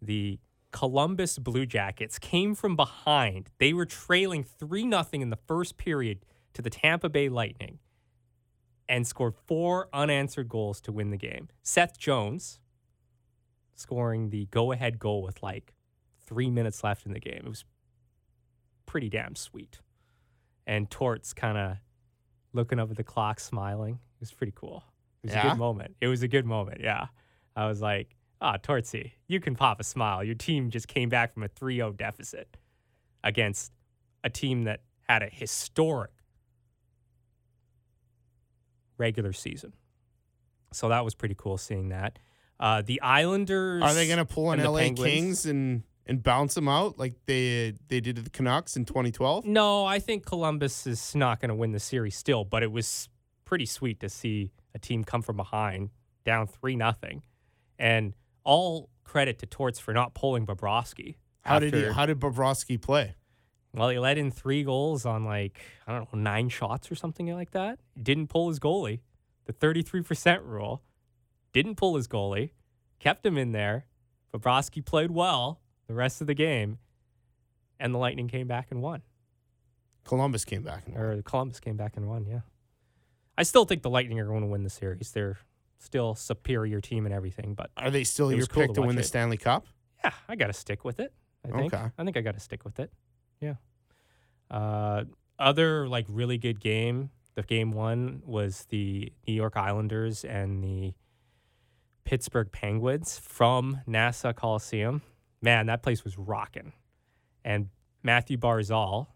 S5: The Columbus Blue Jackets came from behind. They were trailing 3 0 in the first period to the Tampa Bay Lightning and scored four unanswered goals to win the game. Seth Jones scoring the go ahead goal with like three minutes left in the game. It was pretty damn sweet. And Torts kind of looking up at the clock, smiling. It was pretty cool. It was a
S6: Yeah?
S5: good moment. It was a good moment. Yeah. I was like, ah, Tortsy, you can pop a smile. Your team just came back from a 3 0 deficit against a team that had a historic regular season. So that was pretty cool seeing that. Uh, the Islanders
S6: Are they going to pull an
S5: and the
S6: LA
S5: Penguins.
S6: Kings and and bounce them out like they they did to the Canucks in 2012?
S5: No, I think Columbus is not going to win the series still, but it was pretty sweet to see a team come from behind, down three nothing, and all credit to Torts for not pulling Bobrovsky.
S6: How did he,
S5: after-
S6: how did Bobrovsky play?
S5: Well, he let in three goals on like, I don't know, nine shots or something like that. Didn't pull his goalie. The 33% rule. Didn't pull his goalie. Kept him in there. Bobrovsky played well the rest of the game. And the Lightning came back and won.
S6: Columbus came back and
S5: Or Columbus came back and won, yeah. I still think the Lightning are going to win the series. They're still superior team and everything, but
S6: Are they still
S5: It
S6: your
S5: was cool
S6: pick
S5: to
S6: to, win
S5: watch
S6: the
S5: it.
S6: Stanley Cup?
S5: yeah, I got to stick with it. I think.
S6: Okay.
S5: I think I got to stick with it. Yeah. Uh, other like really good game. The game one was the New York Islanders and the Pittsburgh Penguins from NASA Coliseum. Man, that place was rocking. And Matthew Barzal,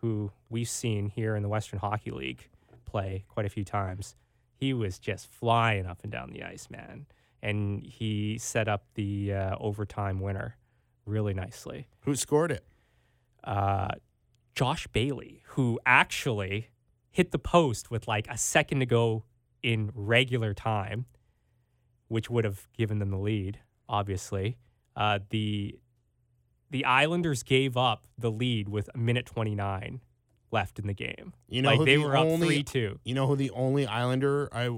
S5: who we've seen here in the Western Hockey League play quite a few times, he was just flying up and down the ice, man. And he set up the uh, overtime winner really nicely.
S6: Who scored it?
S5: Uh, Josh Bailey, who actually hit the post with like a second to go in regular time, which would have given them the lead, obviously. Uh, the the Islanders gave up the lead with a minute 29 left in the game.
S6: You know
S5: like
S6: who
S5: they
S6: the
S5: were up
S6: only-
S5: 3 2.
S6: You know who the only Islander I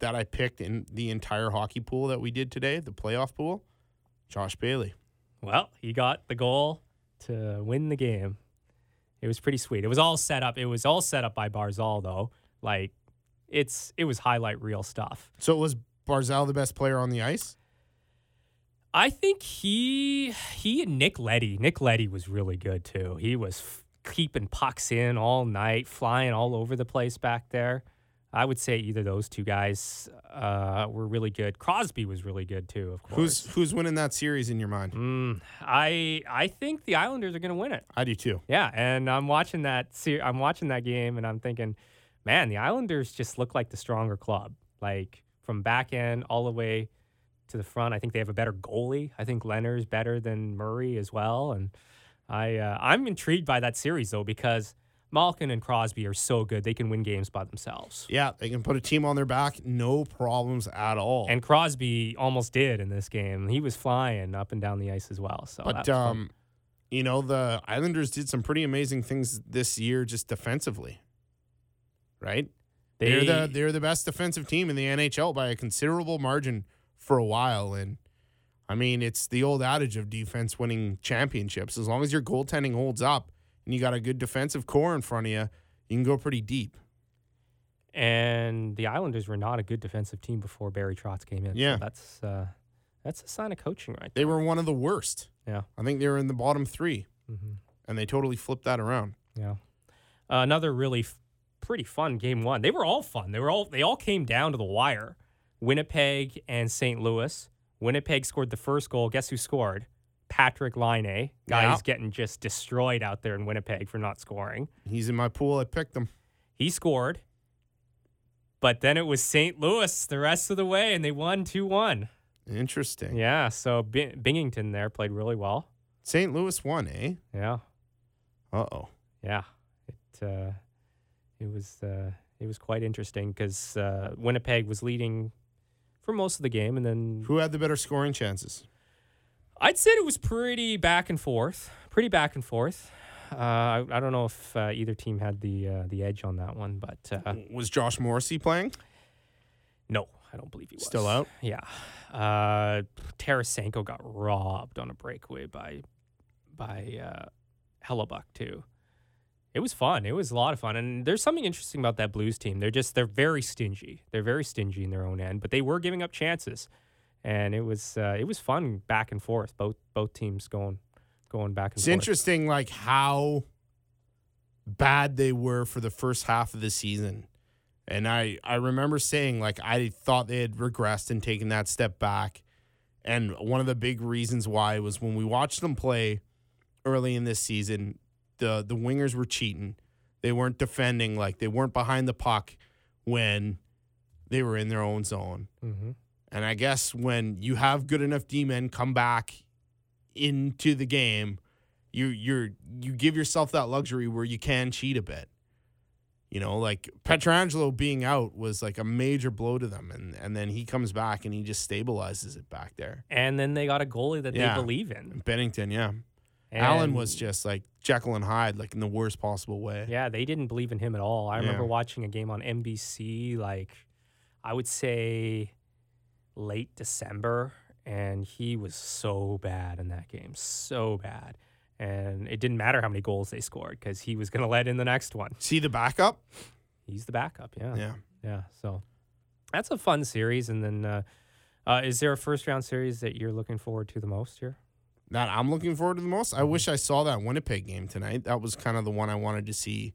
S6: that I picked in the entire hockey pool that we did today, the playoff pool? Josh Bailey.
S5: Well, he got the goal to win the game. It was pretty sweet. It was all set up. It was all set up by Barzal though. Like it's it was highlight reel stuff.
S6: So was Barzal the best player on the ice?
S5: I think he he and Nick Letty. Nick Letty was really good too. He was f- keeping pucks in all night, flying all over the place back there. I would say either those two guys uh, were really good. Crosby was really good too, of course.
S6: Who's who's winning that series in your mind?
S5: Mm, I I think the Islanders are going to win it.
S6: I do too.
S5: Yeah, and I'm watching that. Se- I'm watching that game, and I'm thinking, man, the Islanders just look like the stronger club. Like from back end all the way to the front. I think they have a better goalie. I think Leonard's better than Murray as well. And I uh, I'm intrigued by that series though because Malkin and Crosby are so good they can win games by themselves.
S6: Yeah, they can put a team on their back, no problems at all.
S5: And Crosby almost did in this game. He was flying up and down the ice as well. So that was
S6: but
S5: Oh, fun.
S6: um, you know the Islanders did some pretty amazing things this year, just defensively, right? They, are the they're the best defensive team in the NHL by a considerable margin for a while, and I mean it's the old adage of defense winning championships. As long as your goaltending holds up and you got a good defensive core in front of you, you can go pretty deep.
S5: and the Islanders were not a good defensive team before Barry Trotz came in. So
S6: Yeah.
S5: that's uh, that's a sign of coaching, right?
S6: They were one of the worst.
S5: Yeah,
S6: I think they were in the bottom 3 and they totally flipped that around.
S5: yeah. Uh, another really f- pretty fun game one. They were all fun. They were all they all came down to the wire. Winnipeg and St. Louis. Winnipeg scored the first goal. Guess who scored? Patrick Line. Guy
S6: Yeah.
S5: who's getting just destroyed out there in Winnipeg for not scoring.
S6: He's in my pool. I picked him.
S5: He scored. But then it was St. Louis the rest of the way, and they won 2 1.
S6: Interesting.
S5: Yeah, so B- Bingington there played really well.
S6: St. Louis won, eh?
S5: Yeah,
S6: Uh oh.
S5: yeah. It uh, it was uh, it was quite interesting because uh, Winnipeg was leading for most of the game, and then
S6: Who had the better scoring chances?
S5: I'd said it was pretty back and forth, pretty back and forth. Uh, I, I don't know if uh, either team had the uh, the edge on that one, but uh,
S6: Was Josh Morrissey playing?
S5: no, I don't believe he was
S6: Still out?
S5: Yeah, uh, Tarasenko got robbed on a breakaway by by uh, Hellebuck too. It was fun. It was a lot of fun, and there's something interesting about that Blues team. They're just they're very stingy. They're very stingy in their own end, but they were giving up chances, and it was uh, it was fun back and forth. Both both teams going going back and
S6: It's
S5: forth.
S6: interesting, like how bad they were for the first half of the season, and I I remember saying like I thought they had regressed and taken that step back, and one of the big reasons why was when we watched them play early in this season, the the wingers were cheating, they weren't defending, like they weren't behind the puck when they were in their own zone,
S5: Mhm.
S6: and I guess when you have good enough D men come back into the game, you you're you give yourself that luxury where you can cheat a bit. You know, like Petrangelo being out was like a major blow to them, and and then he comes back and he just stabilizes it back there.
S5: And then they got a goalie that
S6: Yeah.
S5: they believe in.
S6: Bennington, yeah, Allen
S5: And-
S6: was just like Jekyll and Hyde, like in the worst possible way.
S5: Yeah, they didn't believe in him at all. I remember
S6: Yeah.
S5: watching a game on NBC, like I would say late December, and he was so bad in that game, so bad. And it didn't matter how many goals they scored because he was going to let in the next one.
S6: See the backup?
S5: He's the backup. Yeah.
S6: Yeah.
S5: Yeah, So that's a fun series. And then uh, uh, is there a first round series that you're looking forward to the most here?
S6: that I'm looking forward to the most. I wish I saw that Winnipeg game tonight. That was kind of the one I wanted to see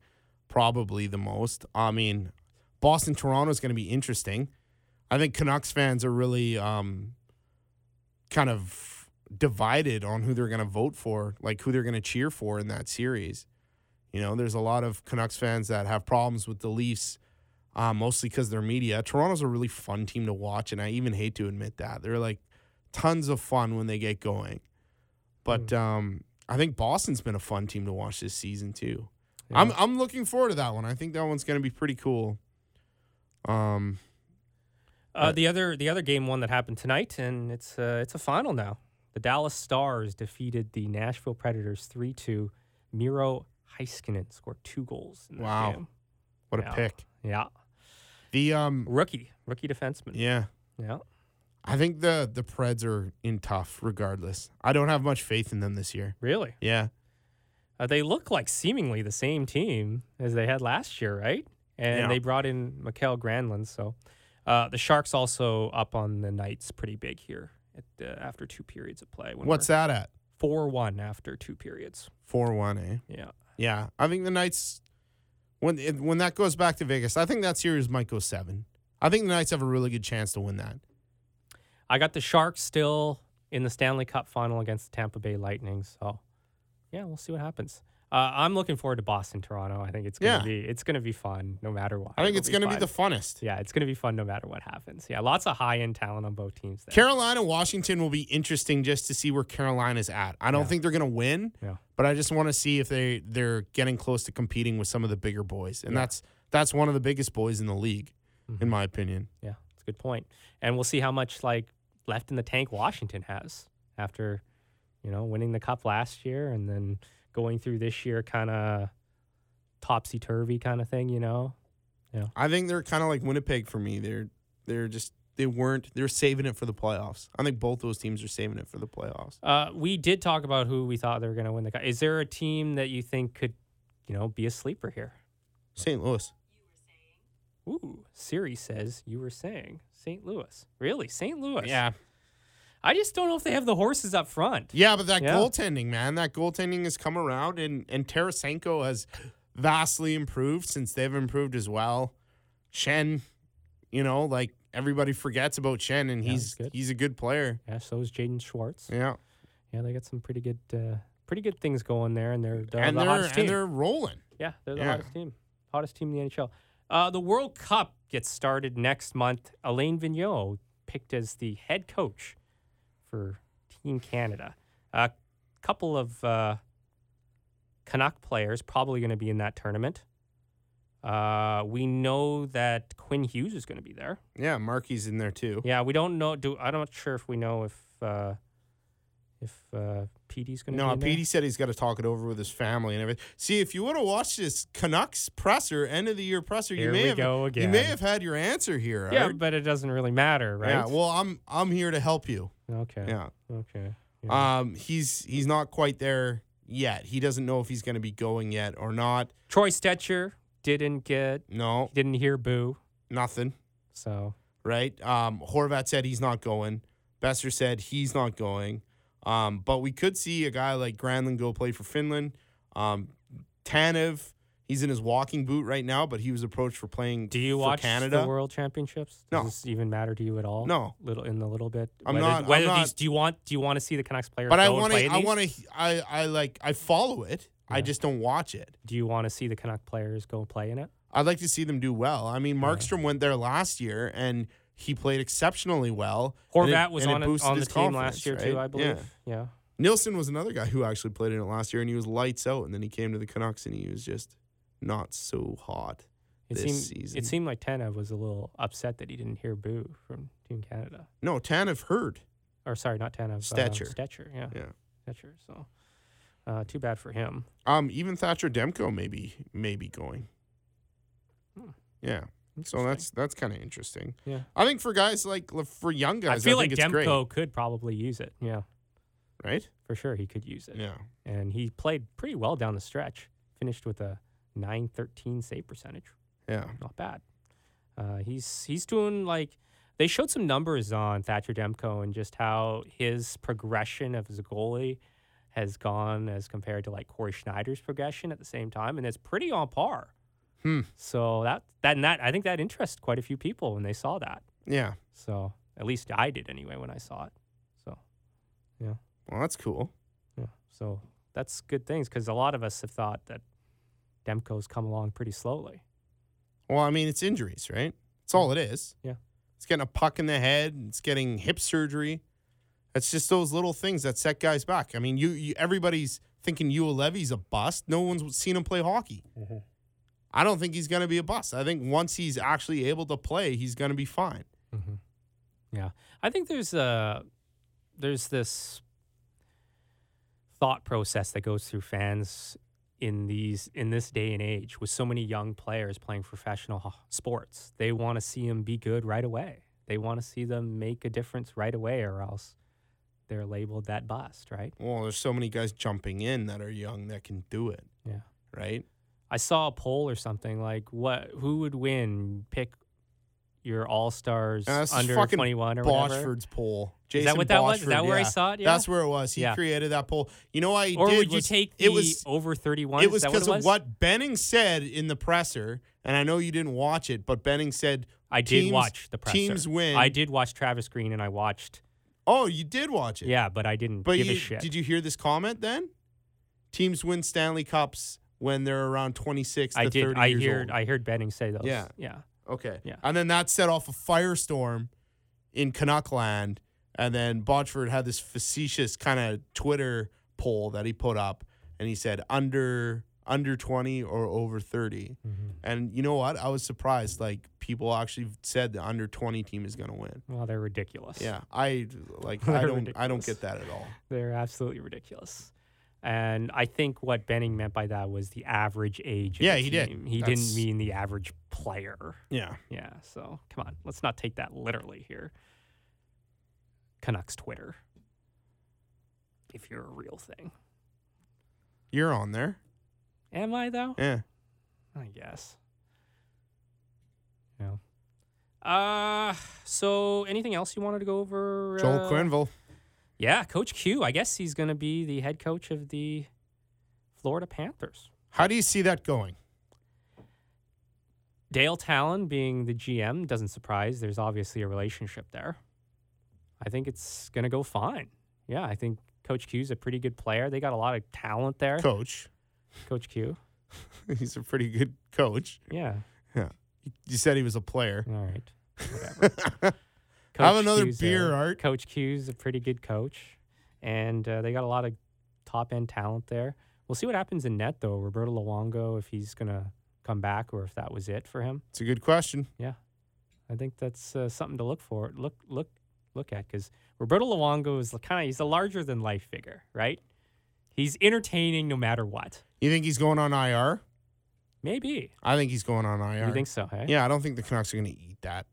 S6: probably the most. I mean, Boston Toronto is going to be interesting. I think Canucks fans are really um, kind of divided on who they're going to vote for, like who they're going to cheer for in that series. You know, there's a lot of Canucks fans that have problems with the Leafs, uh, mostly because their media. Toronto's a really fun team to watch, and I even hate to admit that. They're like tons of fun when they get going. But um, I think Boston's been a fun team to watch this season too. I'm I'm looking forward to that one. I think that one's going to be pretty cool. Um,
S5: Uh, the other the other game one that happened tonight, and it's uh, it's a final now. The Dallas Stars defeated the Nashville Predators three two. Miro Heiskanen scored two goals. In that
S6: Wow.
S5: game.
S6: what
S5: Yeah.
S6: a pick.
S5: Yeah,
S6: The um,
S5: rookie rookie defenseman.
S6: yeah,
S5: yeah.
S6: I think the the Preds are in tough regardless. I don't have much faith in them this year.
S5: really.
S6: Yeah,
S5: Uh, they look like seemingly the same team as they had last year, right? And
S6: Yeah.
S5: they brought in Mikael Granlund. So uh, the Sharks also up on the Knights pretty big here at, uh, after two periods of play.
S6: what's that at?
S5: Four one after two periods.
S6: Four one, eh?
S5: Yeah.
S6: Yeah, I think the Knights when it, when that goes back to Vegas, I think that series might go seven. I think the Knights have a really good chance to win that.
S5: I got the Sharks still in the Stanley Cup final against the Tampa Bay Lightning. So, yeah, we'll see what happens. Uh, I'm looking forward to Boston, Toronto. I think it's gonna
S6: Yeah.
S5: be it's gonna be fun no matter what.
S6: I think
S5: It'll
S6: it's going to be the funnest.
S5: yeah, it's gonna be fun no matter what happens. Yeah, lots of high end talent on both teams. There.
S6: Carolina, Washington will be interesting just to see where Carolina's at. I don't think they're going to win,
S5: Yeah.
S6: but I just want to see if they they're getting close to competing with some of the bigger boys, and that's that's one of the biggest boys in the league, in my opinion.
S5: yeah, it's a good point. And we'll see how much like left in the tank Washington has after you know winning the cup last year and then going through this year kind of topsy turvy kind of thing. You know,
S6: I think they're kind of like Winnipeg for me. They're they're just they weren't they're saving it for the playoffs. I think both those teams are saving it for the playoffs.
S5: Uh, we did talk about who we thought they were going to win the cup. Is there a team that you think could, you know, be a sleeper here?
S6: St. Louis,
S5: Ooh, Siri says you were saying St. Louis. Really, St. Louis? I just don't know if they have the horses up front.
S6: Yeah, but that
S5: Yeah.
S6: goaltending, man, that goaltending has come around, and and Tarasenko has vastly improved since they've improved as well. Shen, you know, like everybody forgets about Shen, and
S5: he's
S6: he's
S5: good.
S6: he's a good player.
S5: Yeah. So is Jaden Schwartz. Yeah.
S6: Yeah,
S5: they got some pretty good, uh, pretty good things going there, and they're, they're
S6: and
S5: the
S6: they're
S5: hottest team.
S6: and they're rolling.
S5: Yeah, they're the
S6: Yeah.
S5: hottest team. Hottest team in the NHL. Uh, the World Cup gets started next month. Elaine Vigneault picked as the head coach for Team Canada. A couple of uh, Canuck players probably going to be in that tournament. Uh, we know that Quinn Hughes is going to be there.
S6: Yeah, Marky's in there too.
S5: Yeah, we don't know. Do I'm not sure if we know if uh, if uh, PD's going to
S6: No,
S5: be in there.
S6: Petey said he's got to talk it over with his family and everything. See, if you would have watched this Canucks presser, end of the year presser,
S5: Here
S6: you may
S5: we
S6: have
S5: go
S6: you may
S5: again.
S6: have had your answer here.
S5: Yeah,
S6: Art.
S5: but it doesn't really matter, right?
S6: yeah. Well, I'm I'm here to help you.
S5: okay.
S6: Yeah.
S5: Okay. Yeah.
S6: Um, he's he's not quite there yet. He doesn't know if he's going to be going yet or not.
S5: Troy Stetcher didn't get
S6: No,
S5: didn't hear boo,
S6: nothing.
S5: so
S6: Right. Um, Horvat said he's not going. Besser said he's not going. Um, but we could see a guy like Granlund go play for Finland. Um, Tanev, he's in his walking boot right now, but he was approached for playing.
S5: Do you
S6: for
S5: watch
S6: Canada?
S5: the World Championships? Does
S6: No.
S5: this even matter to you at all?
S6: No.
S5: Little in the little bit.
S6: I'm
S5: whether,
S6: not- I'm
S5: Whether
S6: not-
S5: these do you want do you want to see the Canucks players?
S6: But I
S5: want to.
S6: I want to. I I like. I follow it. I just don't watch it.
S5: Do you want to see the Canuck players go play in it?
S6: I'd like to see them do well. I mean, Markstrom went there last year and he played exceptionally well. and it-
S5: Horvat was
S6: and it
S5: on it,
S6: boosted
S5: on the
S6: his
S5: team
S6: confidence,
S5: last year
S6: right?
S5: too, I believe.
S6: Yeah.
S5: Yeah.
S6: Nilsson was another guy who actually played in it last year, and he was lights out. And then he came to the Canucks, and he was just not so hot
S5: It
S6: this
S5: seemed
S6: season.
S5: it seemed like Tanev was a little upset that he didn't hear boo from Team Canada.
S6: no, Tanev heard.
S5: Or sorry, not Tanev.
S6: Stetcher.
S5: Uh, Stetcher. Yeah.
S6: Yeah.
S5: Stetcher. So uh, too bad for him.
S6: Um, even Thatcher Demko maybe maybe going.
S5: Hmm.
S6: Yeah. So that's that's kind of interesting.
S5: Yeah.
S6: I think for guys like for young
S5: I
S6: guys,
S5: feel like
S6: think it's great,
S5: Demko could probably use it. Yeah.
S6: right?
S5: For sure, he could use it.
S6: Yeah.
S5: and he played pretty well down the stretch. Finished with a 913 save percentage.
S6: Yeah.
S5: Not bad. Uh, he's he's doing like they showed some numbers on Thatcher Demko and just how his progression of his goalie has gone as compared to like Corey Schneider's progression at the same time, and it's pretty on par.
S6: Hmm.
S5: So that that and that I think that interested quite a few people when they saw that.
S6: Yeah.
S5: So at least I did anyway when I saw it. So
S6: Well, that's cool.
S5: yeah. So that's good things because a lot of us have thought that Demko's come along pretty slowly.
S6: Well, I mean, it's injuries, right? That's all it is.
S5: Yeah.
S6: It's getting a puck in the head. and It's getting hip surgery. It's just those little things that set guys back. I mean, you, you everybody's thinking Ua Levy's a bust. No one's seen him play hockey.
S5: Mm-hmm.
S6: I don't think he's going to be a bust. I think once he's actually able to play, he's going to be fine.
S5: Yeah. I think there's a there's this thought process that goes through fans in these in this day and age with so many young players playing professional ho- sports. They want to see them be good right away. They want to see them make a difference right away or else they're labeled that bust, right?
S6: Well, there's so many guys jumping in that are young that can do it,
S5: Yeah.
S6: right?
S5: I saw a poll or something like what who would win pick your all stars
S6: Uh, this is
S5: under
S6: fucking
S5: twenty one or whatever.
S6: Boshford's poll.
S5: Is
S6: Jason
S5: that what that was? Is
S6: Boshford,
S5: that where I
S6: yeah.
S5: saw it? Yeah.
S6: That's where it was. He
S5: Yeah.
S6: created that poll. You know why he
S5: Or
S6: did
S5: would you
S6: was-
S5: take the
S6: it was
S5: over thirty one?
S6: it was because of what Benning said in the presser, and I know you didn't watch it, but Benning said
S5: I did
S6: teams-
S5: watch the presser.
S6: Teams win.
S5: I did watch Travis Green and I watched
S6: Oh, you did watch it.
S5: yeah, but I didn't
S6: but
S5: give
S6: you,
S5: a shit.
S6: did you hear this comment then? Teams win Stanley Cups when they're around twenty six.
S5: I
S6: to
S5: did.
S6: 30
S5: I
S6: years
S5: heard.
S6: old.
S5: I heard Benning say those.
S6: Yeah.
S5: yeah.
S6: Okay.
S5: Yeah.
S6: And then that set off a firestorm in Canuckland. And then Botchford had this facetious kind of Twitter poll that he put up and he said under under 20 or over 30. And you know what? I was surprised like people actually said the under 20 team is going to win.
S5: Well, they're ridiculous.
S6: Yeah. I like I
S5: They're
S6: don't I don't
S5: ridiculous.
S6: get that at all.
S5: They're absolutely ridiculous. And I think what Benning meant by that was the average age. Of
S6: Yeah,
S5: the
S6: he did.
S5: team. He
S6: That's-
S5: didn't mean the average player.
S6: Yeah.
S5: Yeah, so come on, let's not take that literally here. Canucks Twitter, if you're a real thing,
S6: You're on there.
S5: am I though?
S6: Yeah.
S5: I guess. No. Uh, so anything else you wanted to go over?
S6: Joel
S5: uh,
S6: Quenville.
S5: Yeah, Coach Q. I guess he's going to be the head coach of the Florida Panthers.
S6: How do you see that going?
S5: Dale Talon being the GM doesn't surprise. There's obviously a relationship there. I think it's going to go fine. Yeah, I think Coach Q's a pretty good player. They got a lot of talent there.
S6: Coach.
S5: Coach Q.
S6: He's a pretty good coach.
S5: Yeah.
S6: You said he was a player.
S5: All right. Whatever.
S6: Have another beer,
S5: uh,
S6: Art.
S5: Coach Q's a pretty good coach, and uh, they got a lot of top end talent there. We'll see what happens in net though. Roberto Luongo, if he's gonna come back or if that was it for him.
S6: It's a good question.
S5: Yeah, I think that's uh, something to look for. Look, look, look at because Roberto Luongo is kind of he's a larger than life figure, right? He's entertaining no matter what.
S6: You think he's going on IR?
S5: Maybe
S6: I think he's going on IR.
S5: you think so, hey?
S6: Yeah, I don't think the Canucks are going to eat that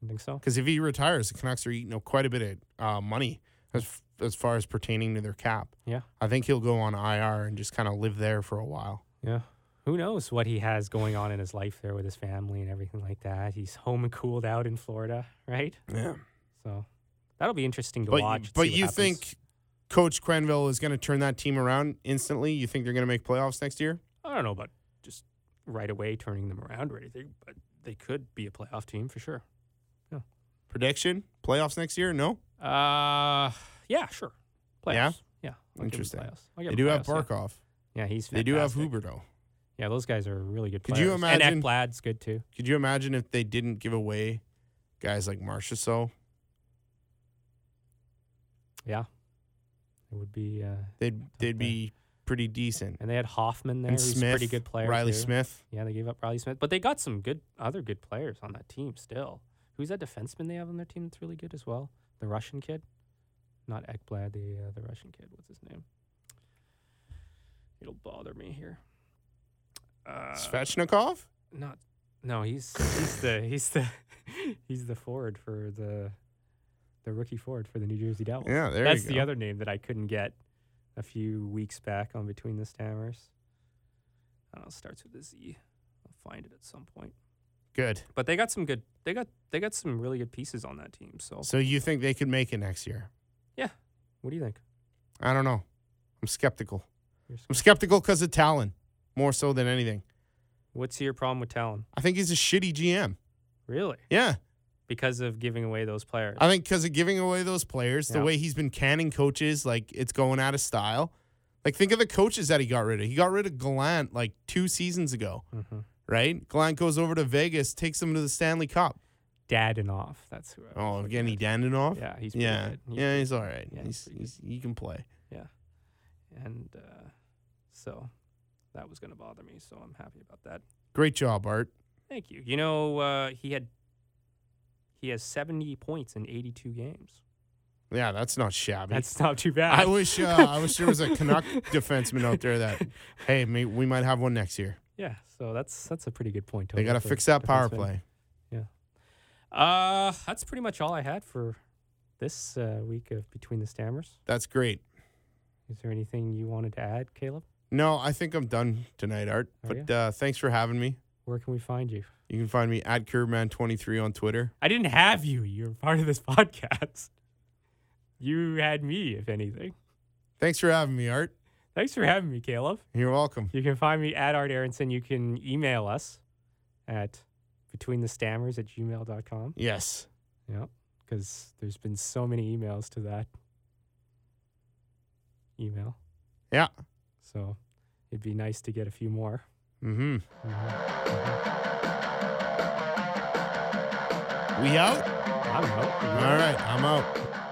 S5: You think so?
S6: because if he retires, the Canucks are eating up quite a bit of uh, money as f- as far as pertaining to their cap.
S5: Yeah,
S6: I think he'll go on IR and just kind of live there for a while.
S5: yeah. Who knows what he has going on in his life there with his family and everything like that. He's home and cooled out in Florida, right?
S6: Yeah,
S5: So that'll be interesting to
S6: but
S5: watch. and
S6: but
S5: see what
S6: you
S5: happens.
S6: think Coach Quenville is going to turn that team around instantly? You think they're going to make playoffs next year?
S5: I don't know about just right away turning them around or anything, but they could be a playoff team for sure.
S6: Prediction: playoffs next year? No.
S5: Uh, yeah, sure. Playoffs. yeah.
S6: Yeah?
S5: I'll give 'em
S6: Interesting.
S5: Playoffs. I'll give
S6: They
S5: 'em
S6: do have
S5: playoffs,
S6: Barkov.
S5: Yeah, yeah he's.
S6: They do have
S5: fantastic.
S6: Huberto.
S5: Yeah, those guys are really good.
S6: Could
S5: Players.
S6: you imagine-
S5: And Ekblad's good too.
S6: Could you imagine if they didn't give away guys like Marcia? So
S5: Yeah, it would be. Uh,
S6: they'd they'd be pretty decent.
S5: and they had Hoffman there.
S6: And
S5: who's
S6: Smith,
S5: a pretty good player.
S6: Riley
S5: too.
S6: Smith.
S5: Yeah, they gave up Riley Smith, but they got some good other good players on that team still. Who's that defenseman they have on their team that's really good as well? The Russian kid, not Ekblad, the uh, the Russian kid. What's his name? It'll bother me here. Uh,
S6: Svechnikov?
S5: not no he's he's the he's the he's the forward for the the rookie forward for the New Jersey Devils.
S6: Yeah, there you
S5: That's the
S6: go.
S5: other name that I couldn't get a few weeks back on between the stammers. I don't know, it starts with a Z. I'll find it at some point.
S6: Good.
S5: But they got some good they got they got some really good pieces on that team. So
S6: So you think they could make it next year?
S5: yeah. What do you think?
S6: I don't know. I'm skeptical.
S5: You're
S6: I'm skeptical because of Talon, more so than anything.
S5: What's your problem with Talon?
S6: I think he's a shitty GM.
S5: Really?
S6: Yeah.
S5: Because of giving away those players.
S6: I think because of giving away those players, the
S5: Yeah.
S6: way he's been canning coaches, like it's going out of style. Like think of the coaches that he got rid of. He got rid of Gallant like two seasons ago,
S5: Mm-hmm.
S6: right? Gallant goes over to Vegas, takes him to the Stanley Cup.
S5: Dadanoff. That's who I was
S6: Oh,
S5: looking
S6: again, he
S5: at.
S6: Dandinoff.
S5: Yeah, he's pretty
S6: yeah,
S5: good. He's
S6: yeah,
S5: pretty
S6: he's all right.
S5: Yeah, he's
S6: he's,
S5: pretty
S6: he's, he can play.
S5: Yeah. And uh, so that was going to bother me. So I'm happy about that.
S6: Great job, Art.
S5: Thank you. You know, uh, he had he has 70 points in 82 games.
S6: Yeah, that's not shabby.
S5: That's not too bad.
S6: I wish uh, I wish there was a Canuck defenseman out there that hey, may, we might have one next year.
S5: yeah. So that's that's a pretty good point.
S6: They
S5: total
S6: got to
S5: for
S6: fix that power
S5: defenseman.
S6: play.
S5: Uh, that's pretty much all I had for this uh, week of Between the Stammers.
S6: That's great.
S5: Is there anything you wanted to add, Caleb?
S6: No, I think I'm done tonight, Art.
S5: Are
S6: But uh, thanks for having me.
S5: Where can we find you?
S6: You can find me at Curbman23 on Twitter.
S5: I didn't have you. You're part of this podcast. You had me, if anything.
S6: Thanks for having me, Art.
S5: Thanks for having me, Caleb.
S6: You're welcome.
S5: You can find me at Art Aronson. You can email us at between the stammers at gmail.com.
S6: Yes.
S5: Yeah. Because there's been so many emails to that email.
S6: Yeah.
S5: So it'd be nice to get a few more. Mm-hmm.
S6: Mm-hmm. We out.
S5: I'm out.
S6: All right, I'm out.